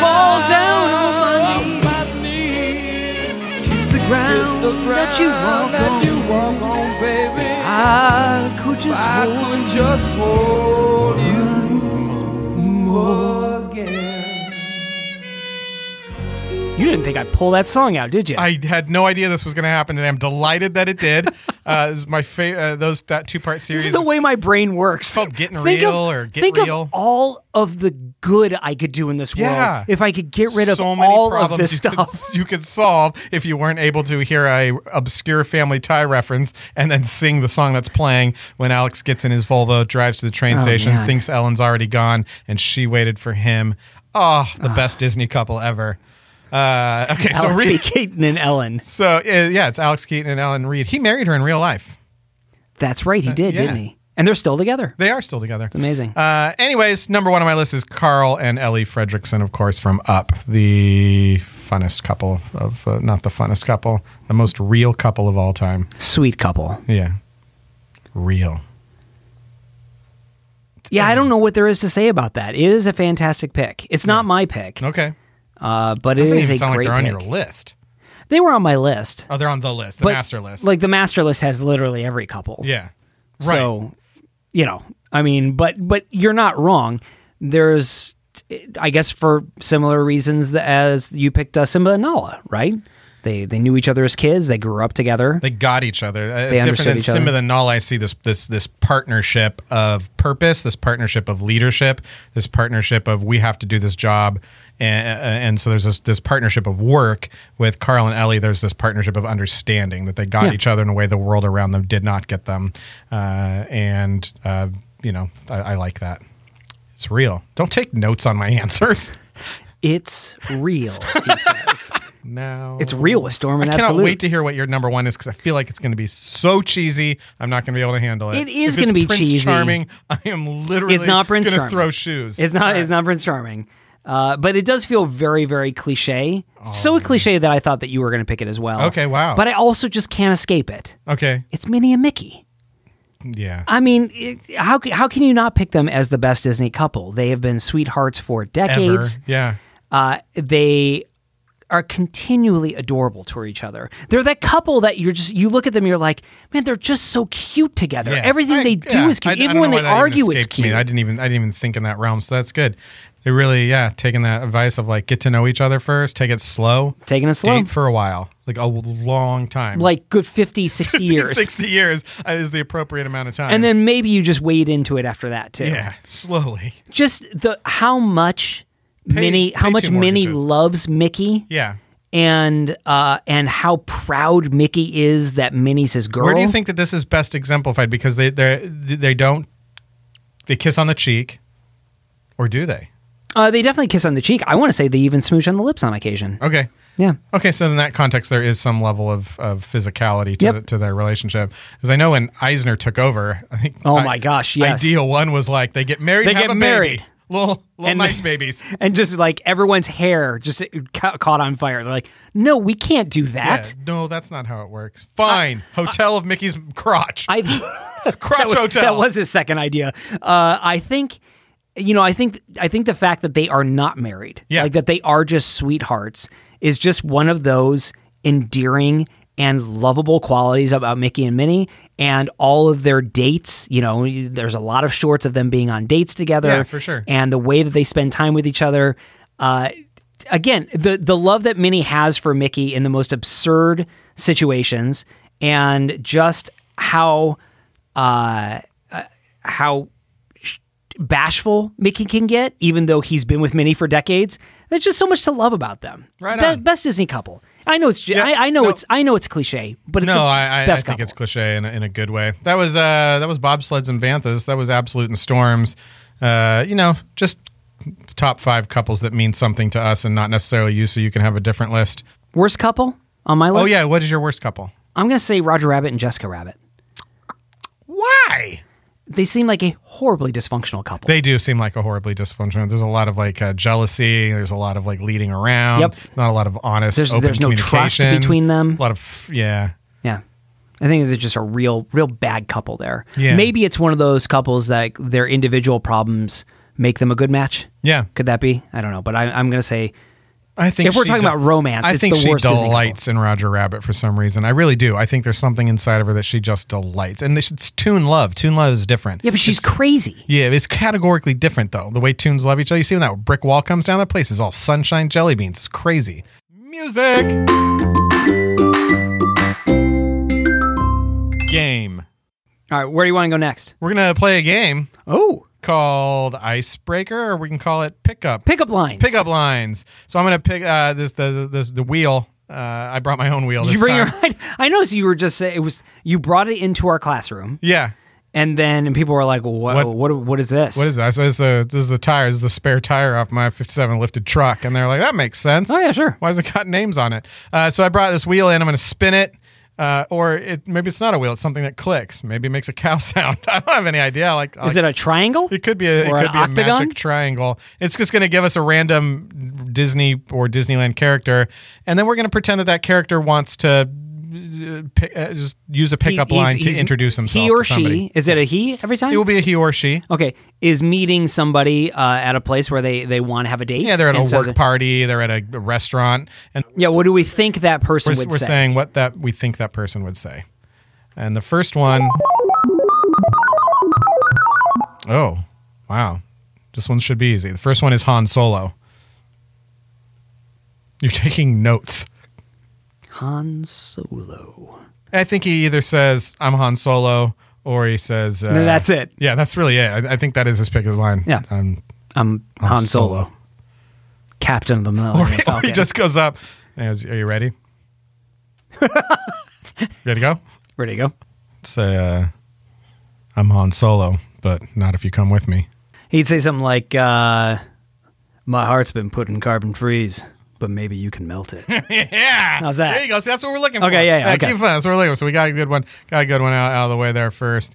Fall down on my knees. Kiss the ground, that you walk on. I could just hold You didn't think I'd pull that song out, did you?
I had no idea this was going to happen, and I'm delighted that it
[LAUGHS]
did. uh, this is my fa- uh, those that two part series.
This is the way my brain works.
called Getting
Think
Real
of,
or Get
think
Real.
of all of the good I could do in this
Yeah.
world if I could get rid of
so many
all
problems
of this
you
stuff.
Could, you could solve if you weren't able to hear a obscure Family Tie reference and then sing the song that's playing when Alex gets in his Volvo, drives to the train station,
Oh, man.
thinks Ellen's already gone, and she waited for him. Oh, the best Disney couple ever. Uh, okay,
Ah. Alex
so
B.
re-
Keaton and Ellen.
so uh, yeah, it's Alex Keaton and Ellen Reed. He married her in real life.
That's right, he did,
Uh, yeah.
didn't he? And they're still together.
They are still together. It's
amazing.
Uh, anyways, number one on my list is Carl and Ellie Fredrickson, of course, from Up, the funnest couple of uh, not the funnest couple, the most real couple of all time.
Sweet couple.
Yeah, real.
Yeah, I don't know what there is to say about that. It is a fantastic pick. It's not my pick,
Okay,
uh, but it
doesn't
is
even
a
sound like
great
they're on
pick.
your list.
They were on my list.
Oh, they're on the list, the
but,
master list.
Like the master list has literally every couple.
yeah, right.
So, you know, I mean, but but you're not wrong. There's, I guess, for similar reasons that as you picked uh, Simba and Nala, right? They they knew each other as kids. They grew up together.
They got each other. Uh,
They
it's different
understood
than
each
Simba
other.
than Nala. I see this this this partnership of purpose, this partnership of leadership, this partnership of we have to do this job, and and so there's this this partnership of work with Carl and Ellie. There's this partnership of understanding that they got
Yeah.
each other in a way the world around them did not get them, uh, and uh, you know I, I like that. It's real. Don't take notes on my [LAUGHS] answers.
It's real.
[LAUGHS]
He says
No,
it's real with Storm and
I cannot
Absolute.
wait to hear what your number one is because I feel like it's going to be so cheesy. I'm not going to be able to handle it.
It is
If it's
gonna be
Prince
cheesy.
Charming. I am literally.
It's not Prince
gonna
Charming.
Throw shoes.
It's not. It's not Prince Charming. Uh, but it does feel very, very cliche. so cliche that I thought that you were going to pick it as well.
Oh. Okay, wow.
But I also just can't escape it.
okay.
It's Minnie and Mickey.
Yeah.
I mean, it- how ca- how can you not pick them as the best Disney couple? They have been sweethearts for
Ever.
decades.
Yeah.
Uh, they are continually adorable toward each other. They're that couple that you're just you look at them, you're like, man, they're just so cute together.
Yeah.
Everything
I-
they do
yeah.
is
I- I
cute.
don't
even
know
when
why
they
that even
argue, it's
escaped me.
cute.
I didn't even. I didn't even think in that realm. So that's good. They really, yeah, taking that advice of like get to know each other first, take it slow,
Taking it slow.
date for a while, like a long time, [LAUGHS]
like good 50, 60 years.
60 years is the appropriate amount of time.
And then maybe you just wade into it after that too.
yeah, slowly.
Just the how much Minnie how
pay
much
two
Minnie
mortgages.
loves Mickey.
Yeah.
and uh, and how proud Mickey is that Minnie's his girl.
Where do you think that this is best exemplified? Because they they they don't they kiss on the cheek, or do they?
Uh, they definitely kiss on the cheek. I want to say they even smooch on the lips on occasion.
Okay,
Yeah,
okay. So in that context, there is some level of, of physicality to
Yep.
the, to their relationship. Because I know when Eisner took over, I think.
Oh
I-
my gosh, yes.
Ideal one was like they get married,
They
have
get
a
married.
baby, little little
And-
nice
[LAUGHS]
babies.
and just like everyone's hair just ca- caught on fire. They're like, no, we can't do
Yeah,
that.
no, that's not how it works. Fine, hotel of Mickey's crotch,
I
[LAUGHS] crotch
[LAUGHS] that was,
hotel.
That was his second idea. Uh, I think, you know, I think, I think the fact that they are not married,
Yeah.
like that they are just sweethearts, is just one of those endearing and lovable qualities about Mickey and Minnie and all of their dates. You know, there's a lot of shorts of them being on dates together.
Yeah, for sure.
And the way that they spend time with each other. Uh, again, the the love that Minnie has for Mickey in the most absurd situations, and just how uh, uh, how sh- bashful Mickey can get, even though he's been with Minnie for decades. There's just so much to love about them.
Right
Be-
on.
best Disney couple. I know it's.
Yeah,
I, I know
no.
it's. I know it's cliche, but it's
no,
a
I, I, I
best
think
couple.
it's cliche in a, in a good way. That was uh, that was bobsleds and banthas. That was absolute and storms. Uh, you know, just top five couples that mean something to us and not necessarily you. So you can have a different list.
worst couple on my list.
Oh yeah, what is your worst couple?
I'm gonna say Roger Rabbit and Jessica Rabbit.
Why?
They seem like a horribly dysfunctional couple.
They do seem like a horribly dysfunctional. There's a lot of like uh, jealousy. There's a lot of like leading around.
Yep.
Not a lot of honest.
There's-
open
there's no trust
communication.
between them.
A lot of yeah.
Yeah. I think there's just a real, real bad couple there.
Yeah.
Maybe it's one of those couples that like, their individual problems make them a good match.
Yeah,
Could that be? I don't know, but I, I'm going to say
I think
If we're
she
talking about romance,
I
it's
think
the
she
worst Disney couple.
delights in Roger Rabbit for some reason. I really do. I think there's something inside of her that she just delights, and this- it's Toon Love. Toon Love is different.
yeah, but she's crazy.
Yeah, it's categorically different though. The way tunes love each other. You see when that brick wall comes down, that place is all sunshine, jelly beans. It's crazy. Music. Game.
All right, where do you want to go next?
We're gonna play a game
Oh,
called Icebreaker, or we can call it Pickup.
pickup lines.
Pickup lines. So I'm gonna pick uh, this the this the wheel. Uh, I brought my own wheel.
Did
this
you bring
time.
your. I, [LAUGHS] I noticed you were just saying it was. You brought it into our classroom,
Yeah.
and then and people were like, "What? What?
What-
What, is this?
What is that? So it's the this is the tire, this is the spare tire off my 57 lifted truck, and they're like, that makes sense.
Oh yeah, sure.
Why has it got names on it? Uh, so I brought this wheel in. I'm going to spin it, uh, or it maybe it's not a wheel. It's something that clicks. Maybe it makes a cow [LAUGHS] sound. I don't have any idea. I Like, I
is
like-
it a triangle?
it could be a, it
or
could
an
be
octagon?
a magic triangle. It's just going to give us a random Disney or Disneyland character, and then we're going to pretend that that character wants to uh, pick, uh, just use a
He-
pickup
he's-
line
he's-
to introduce himself.
He or
to somebody.
she? Is it a he every time?
It will be a he or she.
Okay, is meeting somebody uh, at a place where they, they want to have a date?
Yeah, they're at a
And so
work
the-
party. They're at a, a restaurant, and
Yeah, what do we think that person
we're,
would
we're
say?
saying what that we think that person would say. And the first one Oh, wow. This one should be easy. The first one is Han Solo. You're [LAUGHS] taking notes.
Han Solo.
I think he either says I'm Han Solo or he says uh,
No, that's it.
Yeah, that's really it. I, I think that is his pick his line.
Yeah.
Um, [LAUGHS]
I'm Han,
Han
Solo,
Solo.
Captain of the
or,
Millennium
or he
Falcon.
just goes up. As- Are you
[LAUGHS]
ready? ready to go?
Where do you go?
say uh, I'm Han Solo, but not if you come with me.
He'd say something like, uh, "My heart's been put in carbon freeze, but maybe you can
[LAUGHS]
melt it."
[LAUGHS] yeah,
How's that?
There you go. See, that's what we're looking for.
Okay, yeah, yeah, okay.
Keep fun. That's what we're looking for. So we got a good one. Got a good one out, out of the way there first.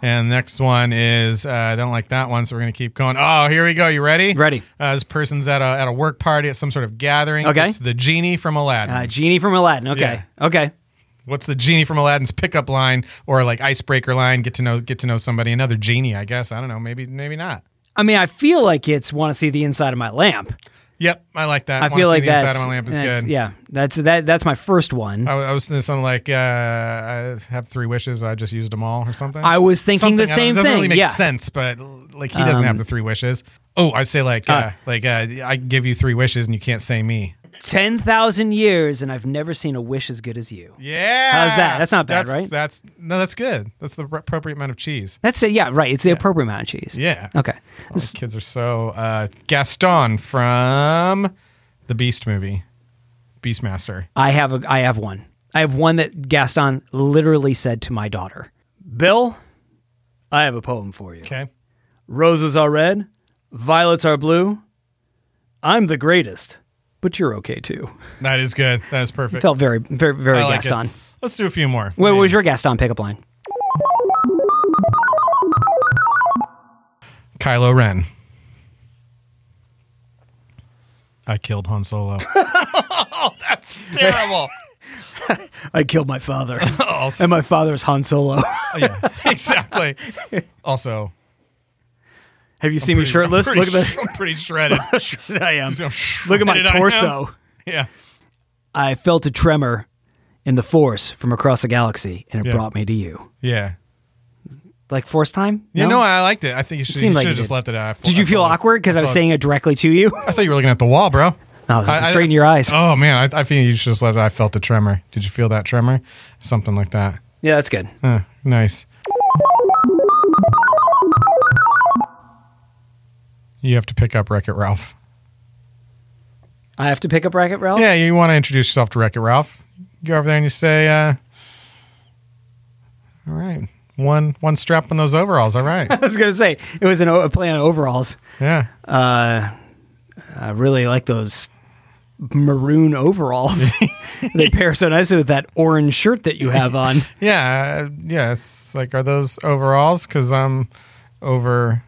And next one is uh, I don't like that one, so we're gonna keep going. Oh, here we go. You ready?
Ready.
Uh, this person's at a at a work party at some sort of gathering.
Okay.
It's the genie from Aladdin.
uh, genie from Aladdin. Okay, okay.
What's the genie from Aladdin's pickup line or like icebreaker line? Get to know get to know somebody. Another genie, I guess. I don't know. Maybe maybe not.
I mean, I feel like it's want to see the inside of my lamp.
Yep, I like that.
I,
Wanna
feel
see
like
the inside
that's
of my lamp is
that's-
good.
Yeah, that's that. That's my first one.
I, I was thinking something like uh, I have three wishes. I just used them all, or something.
I was thinking
Something, I
the
don't-
same
It doesn't really
thing,
make
yeah. Um,
sense, but like he doesn't have the three wishes. Oh, I say like uh, like uh, I give you three wishes and you can't say me.
Ten thousand years, and I've never seen a wish as good as you.
Yeah,
How's that? That's not bad,
That's-
right?
That's no, that's good. That's the appropriate amount of cheese.
That's it. Yeah, right. It's the appropriate amount of cheese.
Yeah.
Okay.
These kids are so uh, Gaston from the Beast movie, Beastmaster.
I have a. I have one. I have one that Gaston literally said to my daughter. Bill, I have a poem for you.
Okay.
Roses are red, violets are blue. I'm the greatest, but you're okay too.
That is good. That is perfect.
Felt very, very, very
I like it.
Gaston.
Let's do a few more.
What
Maybe.
was your Gaston pickup line?
Kylo Ren. I killed Han
[LAUGHS]
Solo. Oh, that's terrible.
I killed my father, [LAUGHS]
also,
and my father is Han Solo. [LAUGHS]
yeah, exactly. Also,
have you seen me shirtless?
I'm pretty,
Look at
sh- I'm pretty
[LAUGHS]
shredded.
the shredded I am. Look
Look
at my torso.
Yeah.
I felt a tremor in the force from across the galaxy, and it
Yeah.
brought me to you.
Yeah.
Like force time?
You know, I liked it. I think you should,
seemed
you
like
should
you
have just
did.
left it out.
Did you feel
thought-
awkward because I was
thought-
saying it directly to you? [LAUGHS]
I thought you were looking at the wall, bro.
I was like,
I- I-
straight in
[LAUGHS]
your eyes.
Oh, man. I, I feel you should just left it. I felt the tremor. Did you feel that tremor? Something like that.
yeah, that's good.
Huh, nice. You have to pick up Wreck It Ralph.
I have to pick up Racket Ralph.
Yeah, you want to introduce yourself to Wreck It Ralph. You go over there and you say, uh, "All right, one one strap on those overalls. All
[LAUGHS]
right,
[LAUGHS] I was gonna say it was an o- a play on overalls.
yeah,
I really like those
[LAUGHS]
maroon overalls. they pair so nicely with that orange shirt that you
[LAUGHS]
have on.
yeah, uh, yeah." It's like, are those overalls? Because I'm over.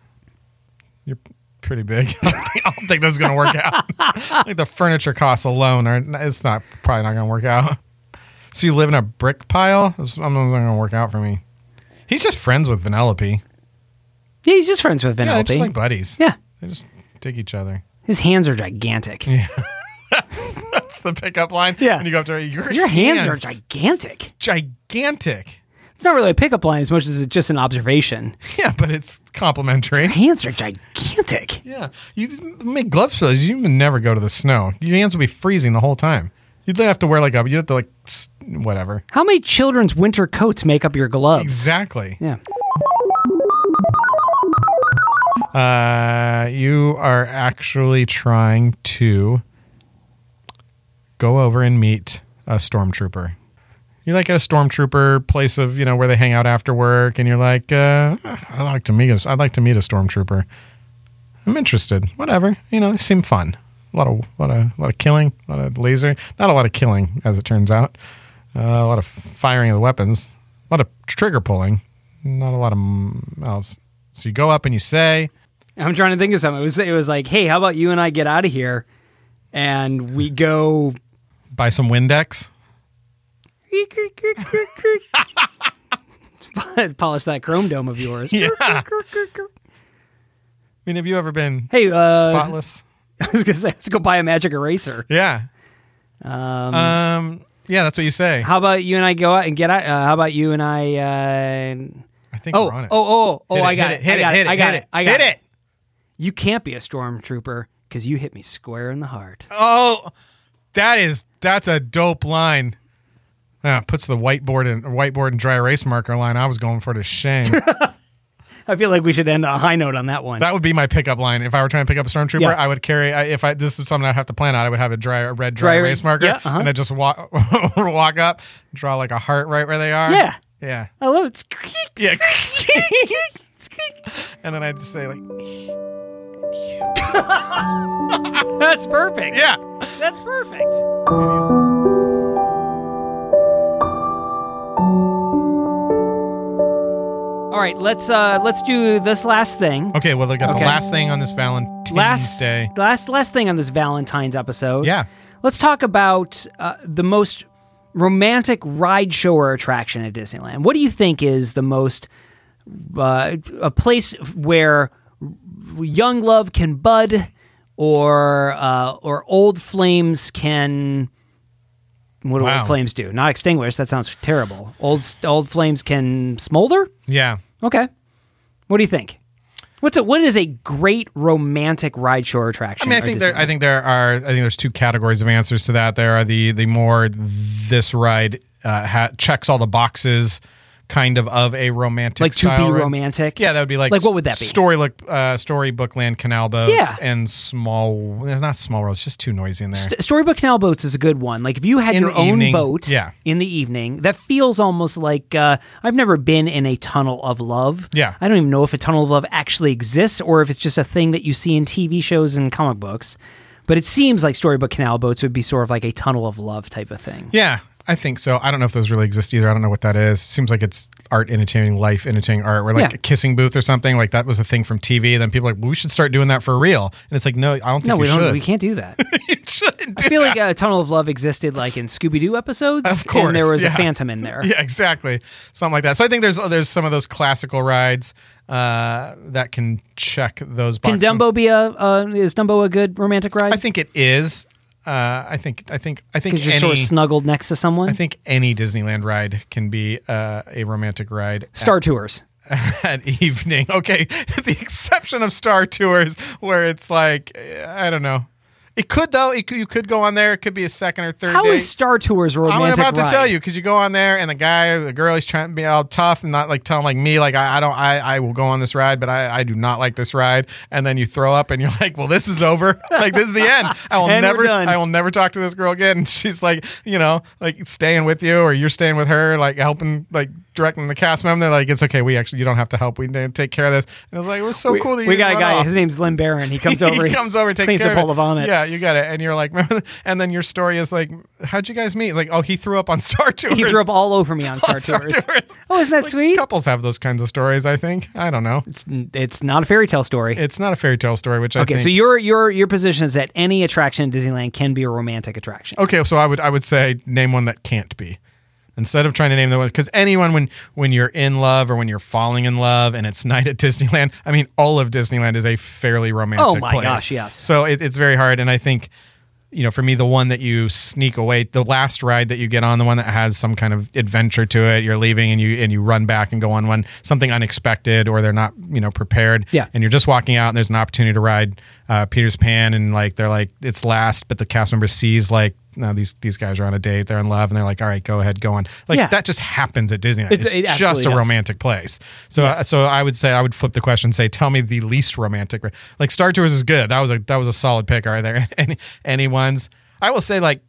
You're pretty big. [LAUGHS] I don't think- I don't think that's gonna work out. [LAUGHS] like the furniture costs alone, are it's not probably not gonna work out. So you live in a brick pile. That's not gonna work out for me. He's just friends with Vanellope.
Yeah, he's just friends with
Yeah, they're
Vanellope.
just like buddies.
Yeah.
They just dig each other. [LAUGHS]
his hands are gigantic.
That's the pickup line.
Yeah.
And you go up to her, your,
Your hands are gigantic.
gigantic. [LAUGHS]
It's not really a pickup line as much as it's just an observation.
Yeah, but it's complimentary.
Hands are gigantic.
Yeah. You make gloves for those. You would never go to the snow. Your hands would be freezing the whole time. You'd have to wear like a, you'd have to like, s- whatever.
How many children's winter coats make up your gloves?
Exactly.
Yeah.
Uh, you are actually trying to go over and meet a stormtrooper. You're like at a stormtrooper place of you know where they hang out after work, and you're like, uh, I'd like to meet a, I'd like to meet a stormtrooper. I'm interested. Whatever, you know, they seem fun. A lot of lot of lot of killing, a lot of laser. Not a lot of killing, as it turns out. Uh, a lot of firing of the weapons, a lot of trigger pulling, not a lot of mm, else. So you go up and you say,
I'm trying to think of something. It was it was like, hey, how about you and I get out of here and we go
buy some Windex.
[LAUGHS] polish that chrome dome of yours.
I mean, have you ever been
[LAUGHS] Hey, uh,
spotless?
[LAUGHS] I was gonna say, let's go buy a magic eraser.
Yeah. Um, yeah, that's what you say.
How about you and I go out and get out? Uh, how about you and I? Uh,
I think
oh,
we're on
oh,
it.
oh, oh!
Hit
I got
hit Hit
it! I got
it! Hit
I
it!
got
Hit it!
I
hit
got
it!
You can't be a stormtrooper because you hit me square in the heart.
Oh, that is that's a dope line. Ah, puts the whiteboard and whiteboard and dry erase marker line I was going for to
[LAUGHS]
shame.
I feel like we should end on a high note on that one.
that would be my pickup line if I were trying to pick up a stormtrooper.
Yeah.
I would carry I, if I this is something I'd have to plan out. I would have a dry a red dry,
Dry-
erase marker
yeah, uh-huh.
and I just walk [LAUGHS] walk up, draw like a heart right where they are.
Yeah.
yeah.
I love it. Squeak,
[LAUGHS] Yeah.
squeak, squeak.
And then I just say like,
[LAUGHS] That's perfect.
yeah.
That's perfect. All right, let's uh let's do this last thing.
Okay, well, they got
Okay.
the last thing on this Valentine's
Last
Day.
last last thing on this Valentine's episode.
Yeah.
Let's talk about uh, the most romantic ride show or attraction at Disneyland. What do you think is the most uh, a place where young love can bud or uh, or old flames can what do
Wow.
old flames do? Not extinguish. That sounds terrible. Old old flames can smolder.
Yeah.
Okay. What do you think? What's a, what is a great romantic ride shore
I
attraction?
mean, I
or
think there,
Disney-
I think there are. I think there's two categories of answers to that. There are the the more this ride uh, ha- checks all the boxes, kind of of a romantic
like to
style
be
ride.
romantic.
Yeah, that would be like
Like, what would that be?
Storybook, uh, storybook land canal boats
Yeah.
and small. It's not small roads. Just too noisy in there.
St- Storybook canal boats is a good one. Like if you had
In
your
the
own
evening,
boat
yeah.
in the evening, that feels almost like uh, I've never been in a tunnel of love.
Yeah.
I don't even know if a tunnel of love actually exists or if it's just a thing that you see in TV shows and comic books. But it seems like storybook canal boats would be sort of like a tunnel of love type of thing.
Yeah, I think so. I don't know if those really exist either. I don't know what that is. Seems like it's art entertaining life, entertaining art, or like
Yeah.
a kissing booth or something. Like that was a thing from TV. Then people are like, well, we should start doing that for real. And it's like, no, I don't think
No,
you
we
[LAUGHS]
don't.
should.
We can't do that.
you shouldn't do
I feel
that.
like a tunnel of love existed like in Scooby Doo episodes.
Of course,
and there was a
yeah.
phantom in there.
[LAUGHS] yeah, exactly. Something like that. So I think there's there's some of those classical rides uh, that can check those
Can
boxes.
Dumbo be a uh, is Dumbo a good romantic ride?
I think it is. Uh, I think I think I think
because you're
any,
sort of snuggled next to someone.
I think any Disneyland ride can be uh, a romantic ride.
Star Tours.
at [LAUGHS] evening. Okay, the exception of Star Tours, where it's like I don't know, It could though. It could, you could go on there. It could be a second or third.
How
date.
is Star Tours a
I'm
romantic?
about to
ride?
tell you because you go on there and the guy or the girl he's trying to be all tough and not like telling like me like I, I don't I, I will go on this ride but I, I do not like this ride and then you throw up and you're like well this is over [LAUGHS] like this is the end I will
[LAUGHS] And we're
never
done.
I will never talk to this girl again [LAUGHS] and she's like you know like staying with you or you're staying with her like helping like directing the cast member they're like it's okay we actually you don't have to help we didn't take care of this and I was like it was so
We,
cool that
we
you
got a
went
guy.
off
His name's Lynn Barron. He comes
[LAUGHS]
over.
he comes over, takes
cleans
care
a bowl
of
of
it.
vomit.
Yeah, you got it. And you're like, [LAUGHS] remember? And then your story is like, how'd you guys meet? Like, oh, he threw up on [LAUGHS] Star Tours.
He threw up all
[LAUGHS]
over me on Star,
on Star
Tours.
Tours.
[LAUGHS] Oh, isn't that
Like,
sweet?
Couples have those kinds of stories. I think. I don't know.
It's, it's not a fairy tale story.
It's not a fairy tale story, which I
okay,
think.
so your your your position is that any attraction in Disneyland can be a romantic attraction.
okay, so I would I would say name one that can't be. Instead of trying to name the one, because anyone when when you're in love or when you're falling in love and it's [LAUGHS] night at Disneyland, I mean, all of Disneyland is a fairly romantic.
Oh my
place.
gosh, yes.
So it, it's very hard, and I think, you know, for me, the one that you sneak away, the last ride that you get on, the one that has some kind of adventure to it, you're leaving and you and you run back and go on one something unexpected, or they're not you know prepared,
Yeah.
and you're just walking out and there's an opportunity to ride uh, Peter's Pan, and like they're like it's last, but the cast member sees like. No, these these guys are on a date. They're in love, and they're like, "All right, go ahead, go on." Like
Yeah.
that just happens at Disneyland.
It-
it's
it
just
absolutely
a
does.
romantic place. So, so I would say I would flip the question. and Say, tell me the least romantic. ra- Like Star Tours is good. That was a that was a solid pick right there. [LAUGHS] Any any ones? I will say like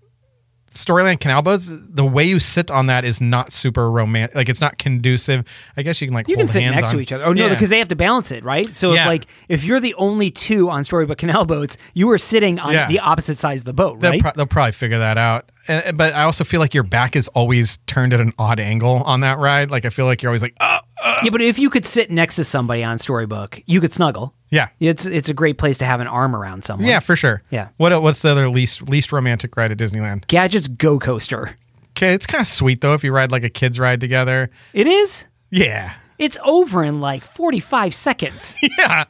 Storyland Canal Boats. The way you sit on that is not super romantic. Like it's not conducive. I guess you can like
You
hold
can sit
hands
next to
on-
each other. Oh no,
Yeah.
because they have to balance it, right? So if
Yeah.
like if you're the only two on Storybook Canal boats, you are sitting on
Yeah.
the opposite sides of the boat,
They'll,
right?
pro- they'll probably figure that out. And, and- but I also feel like your back is always turned at an odd angle on that ride. Like I feel like you're always like, oh,
yeah, but if you could sit next to somebody on Storybook, you could snuggle.
yeah,
It's it's a great place to have an arm around someone.
yeah, for sure.
Yeah.
What what's the other least least romantic ride at Disneyland?
Gadget's Go Coaster.
Okay, it's kind of sweet though if you ride like a kids ride together.
It is.
Yeah, [LAUGHS]
It's over in like 45 seconds.
yeah.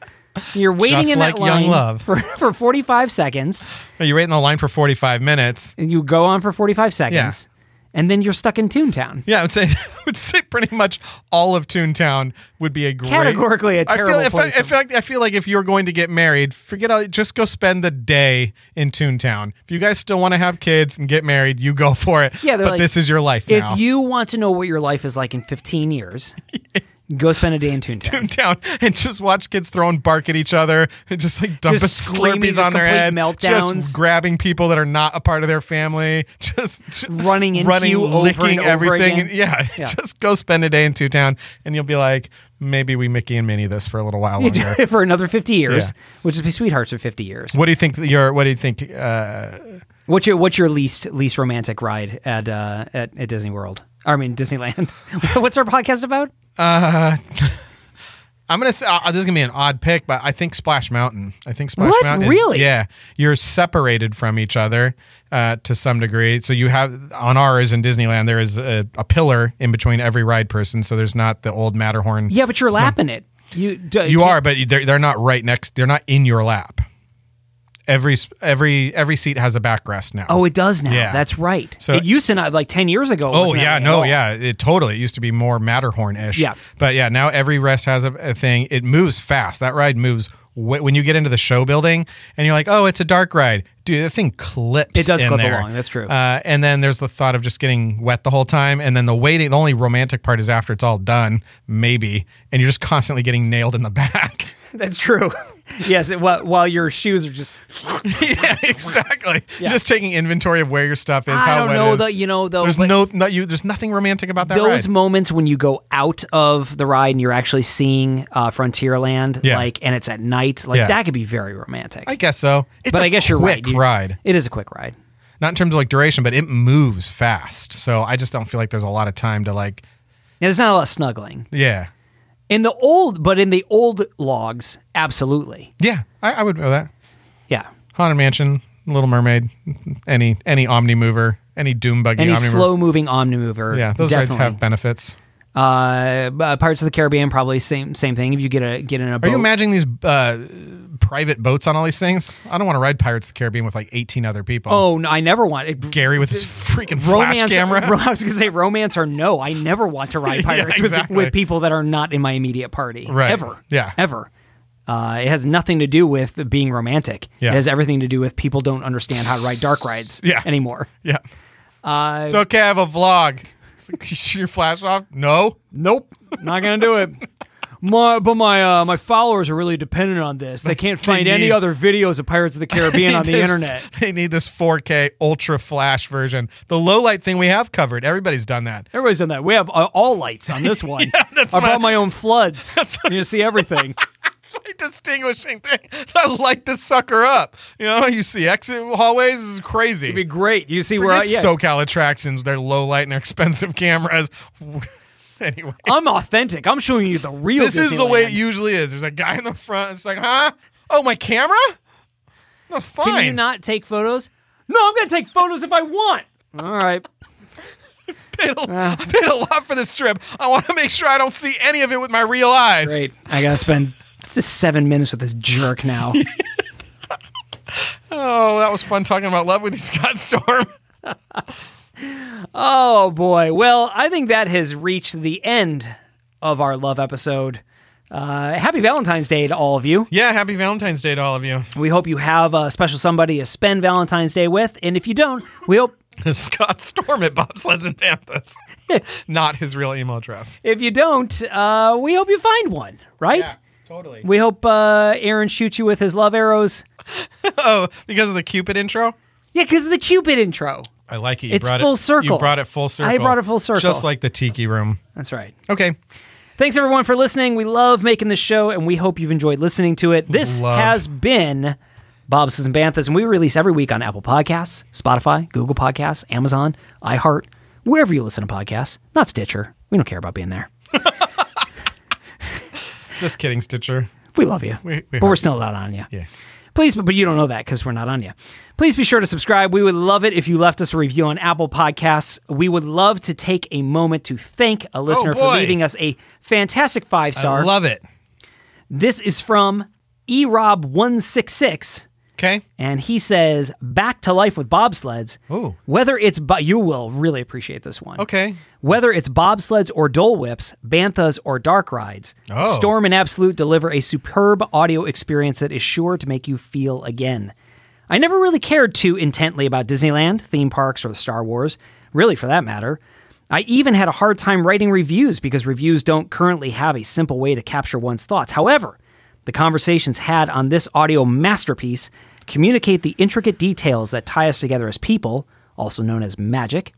You're waiting
Just
in
like
that
Young
line
Love.
For, for 45 seconds,
You're waiting in the line for 45 minutes.
and you go on for 45 seconds, and then you're stuck in Toontown.
Yeah, I would say [LAUGHS] I would say pretty much all of Toontown would be a great
Categorically a terrible
I feel,
place
If I, if
to-
I, I feel like if you're going to get married, forget all, just go spend the day in Toontown. If you guys still want to have kids and get married, you go for it.
Yeah, they're
but
like,
this is your life
If
now.
you want to know what your life is like in
[LAUGHS]
15 years, go spend a day in Toontown.
Toontown and just watch kids throwing bark at each other [LAUGHS] and just like dumping
Just screaming,
slurpees
just
on their
complete
head,
meltdowns.
just grabbing people that are not a part of their family, [LAUGHS] just, just
Running into
running,
you over and
licking
over
everything.
again.
Yeah, [LAUGHS]
Yeah.
just go spend a day in Toontown and you'll be like, maybe we Mickey and Minnie this for a little while longer.
[LAUGHS] for another 50 years,
Yeah.
which would be sweethearts for 50 years.
what do you think? Your what do you think? Uh,
What's your what's your least least romantic ride at uh, at, at Disney World? Or, I mean Disneyland. [LAUGHS] what's our podcast about?
I'm gonna say uh, this is gonna be an odd pick, but I think Splash Mountain. I think Splash
What?
Mountain. is-
Really?
yeah, you're separated from each other uh, to some degree. So you have on ours in Disneyland, there is a, a pillar in between every ride person, so there's not the old Matterhorn.
Yeah, but you're lapping it. You d-
you are, but you- they're, they're not right next. They're not in your lap. Every s- every every seat has a backrest now.
Oh, it does now.
Yeah.
That's right.
So-
it used to not like 10 years ago. it
Oh
wasn't that
yeah,
way at
no,
all.
yeah, it totally. It used to be more Matterhorn ish.
Yeah.
but yeah, now every rest has a, a thing. It moves fast. That ride moves. Wh- When you get into the show building and you're like, oh, it's a dark ride, dude, that thing clips.
It does
in
clip
there.
along, that's true.
Uh, and then there's the thought of just getting wet the whole time, and then the waiting. The only romantic part is after it's all done, maybe, and you're just constantly getting nailed in the back.
[LAUGHS]
[LAUGHS]
That's true. [LAUGHS] yes, it, while, while your shoes are just
yeah, exactly. You're just taking inventory of where your stuff is.
I
how
don't
wet
know
it is.
the you know though
There's
like,
no, no you, there's nothing romantic about that.
those
ride.
moments when you go out of the ride and you're actually seeing uh, Frontierland
Yeah.
like and it's at night like
Yeah.
that could be very romantic.
I guess so. It's
but
I
I guess you're
quick
right. You-
ride.
It is a quick ride.
Not in terms of like duration, but it moves fast. So I just don't feel like there's a lot of time to like
And there's not a lot of snuggling.
Yeah.
In the old but in the old logs, absolutely.
Yeah. I, I would know that.
Yeah.
Haunted Mansion, Little Mermaid, any any Omni mover, any Doom buggy
Any
Omni
slow moving omnimover.
Yeah, those
definitely.
rides have benefits.
Uh, uh, Pirates of the Caribbean probably same same thing. If you get a get in a
Are
boat,
you imagining these uh, private boats on all these things? I don't want to ride Pirates of the Caribbean with like 18 other people.
oh no, I never want it.
Gary with his freaking
Romance
flash camera.
[LAUGHS] I was gonna say romance or no. I never want to
[LAUGHS]
ride
Yeah,
pirates
exactly.
with with people that are not in my immediate party.
Right.
Ever.
Yeah.
Ever. Uh, it has nothing to do with being romantic.
Yeah.
It has everything to do with people don't understand how to ride dark rides
Yeah.
anymore.
[LAUGHS] Yeah.
Uh,
It's okay. I have a vlog. [LAUGHS] It's like, you shoot your flash off? No.
Nope, not gonna do it.
[LAUGHS]
My, but my uh, my followers are really dependent on this. They can't find any
need-
other videos of Pirates
[LAUGHS]
of the Caribbean on the
This-
internet.
[LAUGHS] They need this 4K ultra flash version. The low light thing we have covered. Everybody's done that. [LAUGHS]
Everybody's done that. We have uh, all lights on this one.
that's
I brought
my-
my
[LAUGHS]
own floods. You're gonna see everything.
It's my distinguishing thing. [LAUGHS] I light this sucker up. You know, you see exit hallways this is crazy.
It'd be great. You see where I,
Forget
yeah,
SoCal attractions, their low light and their [LAUGHS] expensive cameras. [LAUGHS]
[LAUGHS]
anyway,
I'm authentic. I'm showing you the real.
this is the way it
Disneyland.
usually is. There's a guy in the front. It's like, huh? Oh, my camera? No, fine.
Can you not take photos? No, I'm gonna take photos if I want. All right.
paid a,
Ah.
I paid a lot for this trip. I want to make sure I don't see any of it with my real eyes.
Great. I gotta spend seven minutes with this jerk
[LAUGHS]
now.
Oh, that was fun talking about love with you, [LAUGHS] Scott Storm.
Oh boy. Well, I think that has reached the end of our love episode. Uh, happy Valentine's Day to all of you.
yeah, happy Valentine's Day to all of you. [LAUGHS]
We hope you have a special somebody to spend Valentine's Day with. And if you don't, we hope
Scott Storm at Bobsleds and [LAUGHS] Panthers. Not his real email address.
if you don't, uh, we hope you find one, right?
totally.
We hope uh, Aaron shoots you with his love arrows.
Oh, because of the Cupid intro?
Yeah, because of the Cupid intro.
I like it. You
It's
brought
full
it,
circle.
You brought it full circle.
I brought it full circle.
Just like the Tiki Room.
That's right.
Okay.
Thanks everyone for listening. We love making this show, and we hope you've enjoyed listening to it. This
Love.
has been Bob's and Banthas, and we release every week on Apple Podcasts, Spotify, Google Podcasts, Amazon, iHeart, wherever you listen to podcasts. Not Stitcher. We don't care about being there.
Just kidding, Stitcher.
We love you,
We- we
but
heart
we're
you.
still not on you.
Yeah.
Please, but, but you don't know that because we're not on you. Please be sure to subscribe. We would love it if you left us a review on Apple Podcasts. We would love to take a moment to thank a listener for
Oh, boy.
leaving us a fantastic five star.
I love it.
This is from E erob166,
Okay.
and he says, Back to life with bobsleds.
Ooh.
Whether it's, bo- you will really appreciate this one.
Okay.
Whether it's bobsleds or dole whips, banthas or dark rides,
Oh.
Storm and Absolute deliver a superb audio experience that is sure to make you feel again. I never really cared too intently about Disneyland, theme parks, or Star Wars, really for that matter. I even had a hard time writing reviews because reviews don't currently have a simple way to capture one's thoughts. However, the conversations had on this audio masterpiece communicate the intricate details that tie us together as people, also known as magic,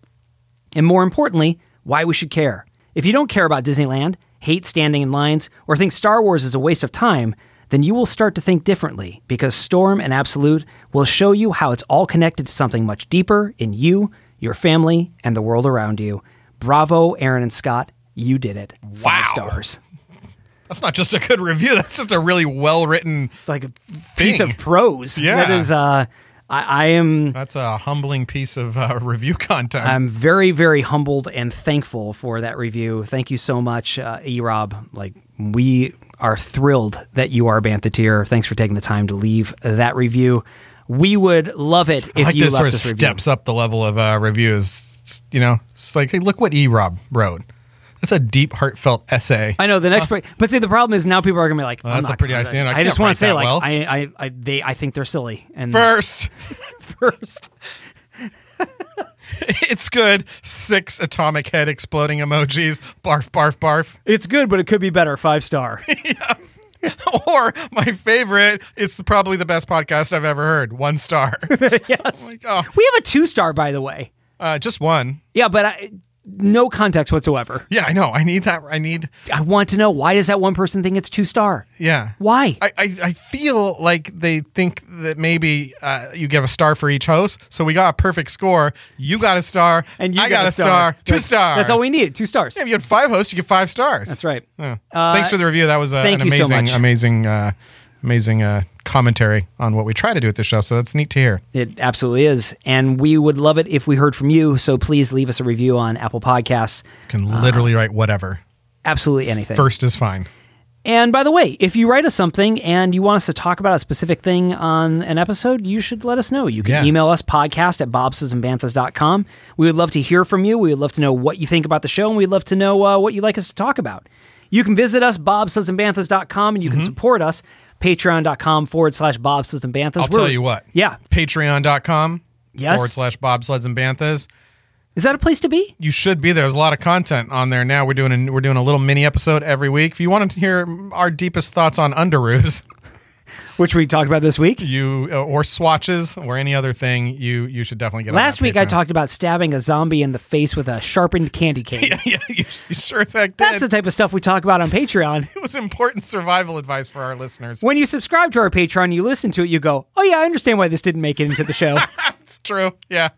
and more importantly, why we should care. If you don't care about Disneyland, hate standing in lines, or think Star Wars is a waste of time, then you will start to think differently because Storm and Absolute will show you how it's all connected to something much deeper in you, your family, and the world around you. Bravo, Aaron and Scott. You did it.
Wow.
Five stars.
That's not just a good review. [LAUGHS] That's just a really well written.
It's like a piece of prose.
Yeah.
That is, uh, I, I am
That's a humbling piece of uh, review content.
I'm very, very humbled and thankful for that review. Thank you so much, uh, E-Rob. Like, we are thrilled that you are a Bantheteer. Thanks for taking the time to leave that review. We would love it if
I like
you
this
left
sort of
us a review.
steps up the level of uh, reviews. It's- you know, it's like, hey, look what E Rob wrote. That's a deep, heartfelt essay.
I know the next, break- but see, the problem is now people are gonna be like, I'm
that's
not
a pretty
gonna-
high standard. I
I, just
can't
want
write
to say,
that
like,
well.
I, I, I, they, I think they're silly and
First, [LAUGHS]
[LAUGHS] first.
it's good. Six atomic head exploding emojis. Barf, barf, barf. [LAUGHS]
It's good, but it could be better. Five star.
or my favorite, it's probably the best podcast I've ever heard. One star.
[LAUGHS] yes,
like, oh,
we have a two star, by the way.
uh, just one.
Yeah, but I, no context whatsoever.
Yeah, I know. I need that. I need.
I want to know why does that one person think it's two star?
Yeah.
Why?
I, I, I feel like they think that maybe uh, you give a star for each host. So we got a perfect score. You got a star.
and you
I got, a star. Two
That's-
stars.
That's all we needed. Two stars.
Yeah, if you had five hosts, you get five stars.
That's right.
Yeah. Thanks for the review. That was uh,
thank
an
you so
amazing,
much.
amazing, uh, amazing uh, commentary on what we try to do at this show. So that's neat to hear.
It absolutely is, and we would love it if we heard from you. So please leave us a review on Apple Podcasts.
Can
Ah.
literally write whatever.
Absolutely anything.
First is fine.
And by the way, if you write us something and you want us to talk about a specific thing on an episode, you should let us know. You can
Yeah.
email us podcast at bobsesandbanthas.com. We would love to hear from you. We would love to know what you think about the show, and we'd love to
Mm-hmm.
know uh, what you'd like us to talk about. You can visit us, bobsesandbanthas.com, and you can support us. patreon.com forward slash Bob Sleds and Banthas.
I'll tell you what.
Yeah.
Patreon.com
Yes.
forward slash bobsleds and banthas.
Is that a place to be?
You should be there. There's a lot of content on there now. We're doing a, we're doing a little mini episode every week. If you want to hear our deepest thoughts on underoos, [LAUGHS]
Which we talked about this week.
you uh, or swatches or any other thing, you you should definitely get.
Last
on that
week I
Patreon.
talked about stabbing a zombie in the face with a sharpened candy cane.
[LAUGHS] [LAUGHS] yeah, you, you sure as heck did.
That's the type of stuff we talk about on Patreon.
it was important survival advice for our listeners.
When you subscribe to our Patreon, you listen to it, you go, oh yeah, I understand why this didn't make it into
[LAUGHS]
the show.
It's true. Yeah.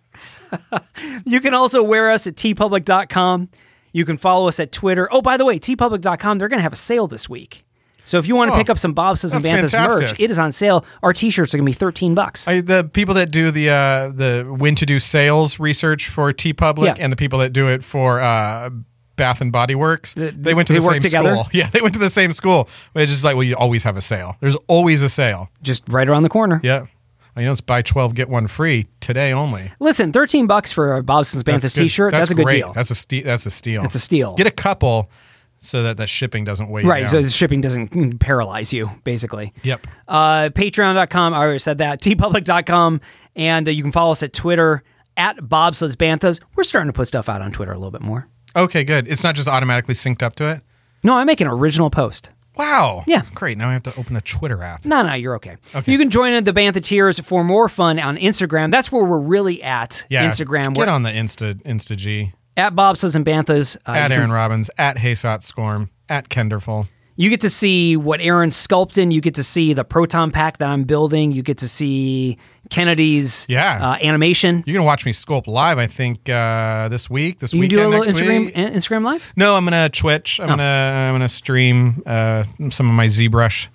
You can also wear us at tpublic.com. You can follow us at Twitter. Oh, by the way, tpublic.com, they're going to have a sale this week. So if you want to
Oh,
pick up some Bobses and
that's
Banthas merch,
fantastic.
it is on sale. Our t-shirts are going to be 13 bucks.
I, the people that do the uh, the when to do sales research for T Public
Yeah.
and the people that do it for uh, Bath and Body Works, they went to
they
the
work
same
together?
school. [LAUGHS] Yeah, they went to the same school. It's just like, well, you always have a sale. There's always a sale.
Just right around the corner.
Yeah. Well, you know, it's buy 12, get one free today only.
Listen, 13 bucks for a Bobses and Banthas
good.
t-shirt, that's, a good
great.
deal.
That's a, ste- that's a steal.
That's a steal.
Get a couple so that the shipping doesn't weigh you
right, so
down.
the shipping doesn't mm, paralyze you, basically.
yep.
Uh, Patreon.com, I already said that. [LAUGHS] tpublic.com, and uh, you can follow us at Twitter, at Bobsleds Banthas. We're starting to put stuff out on Twitter a little bit more.
Okay, good. It's not just automatically synced up to it.
No, I make an original post.
Wow.
Yeah.
Great. Now I have to open the Twitter app.
No, no, you're okay. You can join in the Bantha Tears for more fun on Instagram. That's where we're really at.
Yeah.
Instagram.
Get
We're
on the Insta Insta G.
at Bobsas and Banthas. Uh,
at
you,
Aaron
can-
Robbins, at Haysot Scorm, at Kenderful.
you get to see what Aaron sculpting. You get to see the proton pack that I'm building. You get to see Kennedy's
Yeah.
uh, animation.
You can watch me sculpt live. I think uh, this week, this
You can
weekend,
do a little
next
Instagram
week.
in- Instagram live.
No, I'm gonna Twitch.
Oh.
I'm gonna I'm gonna stream uh, some of my ZBrush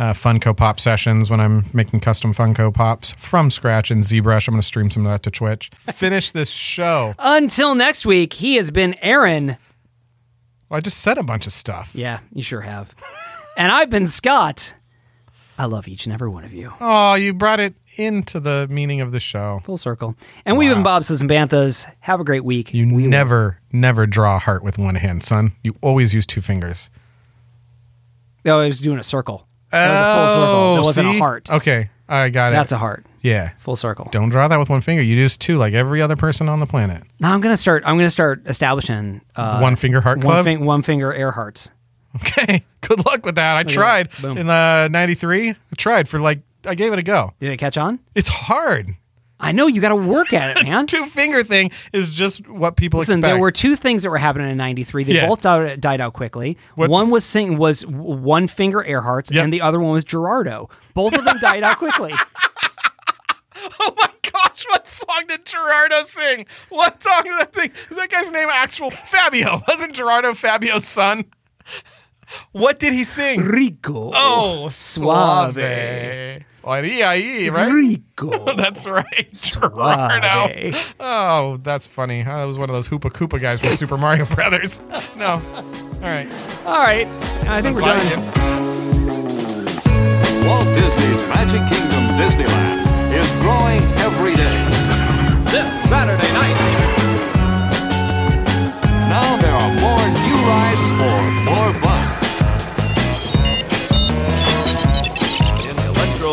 uh, Funko Pop sessions when I'm making custom Funko Pops from scratch in ZBrush. I'm gonna stream some of that to
[LAUGHS]
Twitch. Finish this show.
Until next week, he has been Aaron.
Well, I just said a bunch of stuff.
Yeah, you sure have. and I've been Scott. I love each and every one of you.
Oh, you brought it into the meaning of the show.
Full circle. And we've been Bobsas and Banthas. Have a great week.
You never, never draw a heart with one hand, son. You always use two fingers.
No, oh, I was doing a circle. That was a full circle. That wasn't
Oh, see?
a heart.
Okay, I got it.
That's a heart.
yeah.
Full circle.
Don't draw that with one finger. You do this two, like every other person on the planet.
Now I'm gonna start. I'm gonna start establishing uh,
one finger heart
one,
club.
fin- one finger air hearts.
okay, [LAUGHS] good luck with that. I tried
that. Boom.
in uh, '93. I tried for like I gave it a go.
Did it catch on?
It's hard. [LAUGHS]
I know you got to work at it, man.
Two finger thing is just what people
Listen,
expect.
there were two things that were happening in '93. They
Yeah.
both died, died out quickly.
What-
One was sing was w- one finger air hearts,
Yep.
and the other one was Gerardo. Both of them died
[LAUGHS]
out
[LAUGHS]
quickly.
oh my gosh, what song did Gerardo sing? What song did that thing? Is that guy's name actual Fabio? [LAUGHS] Wasn't Gerardo Fabio's son? What did he sing?
Rico.
Oh,
Suave.
suave. Ori ahí, right? [LAUGHS]
Rico.
That's right. Gerardo. Oh, that's funny. That was one of those Hoopa Koopa guys from Super Mario [LAUGHS] Brothers. No. All right.
All right, I think we're
Bye.
done.
Walt Disney's Magic Kingdom Disneyland is growing every day. This Saturday night. Now there are more new rides for more fun.
in electro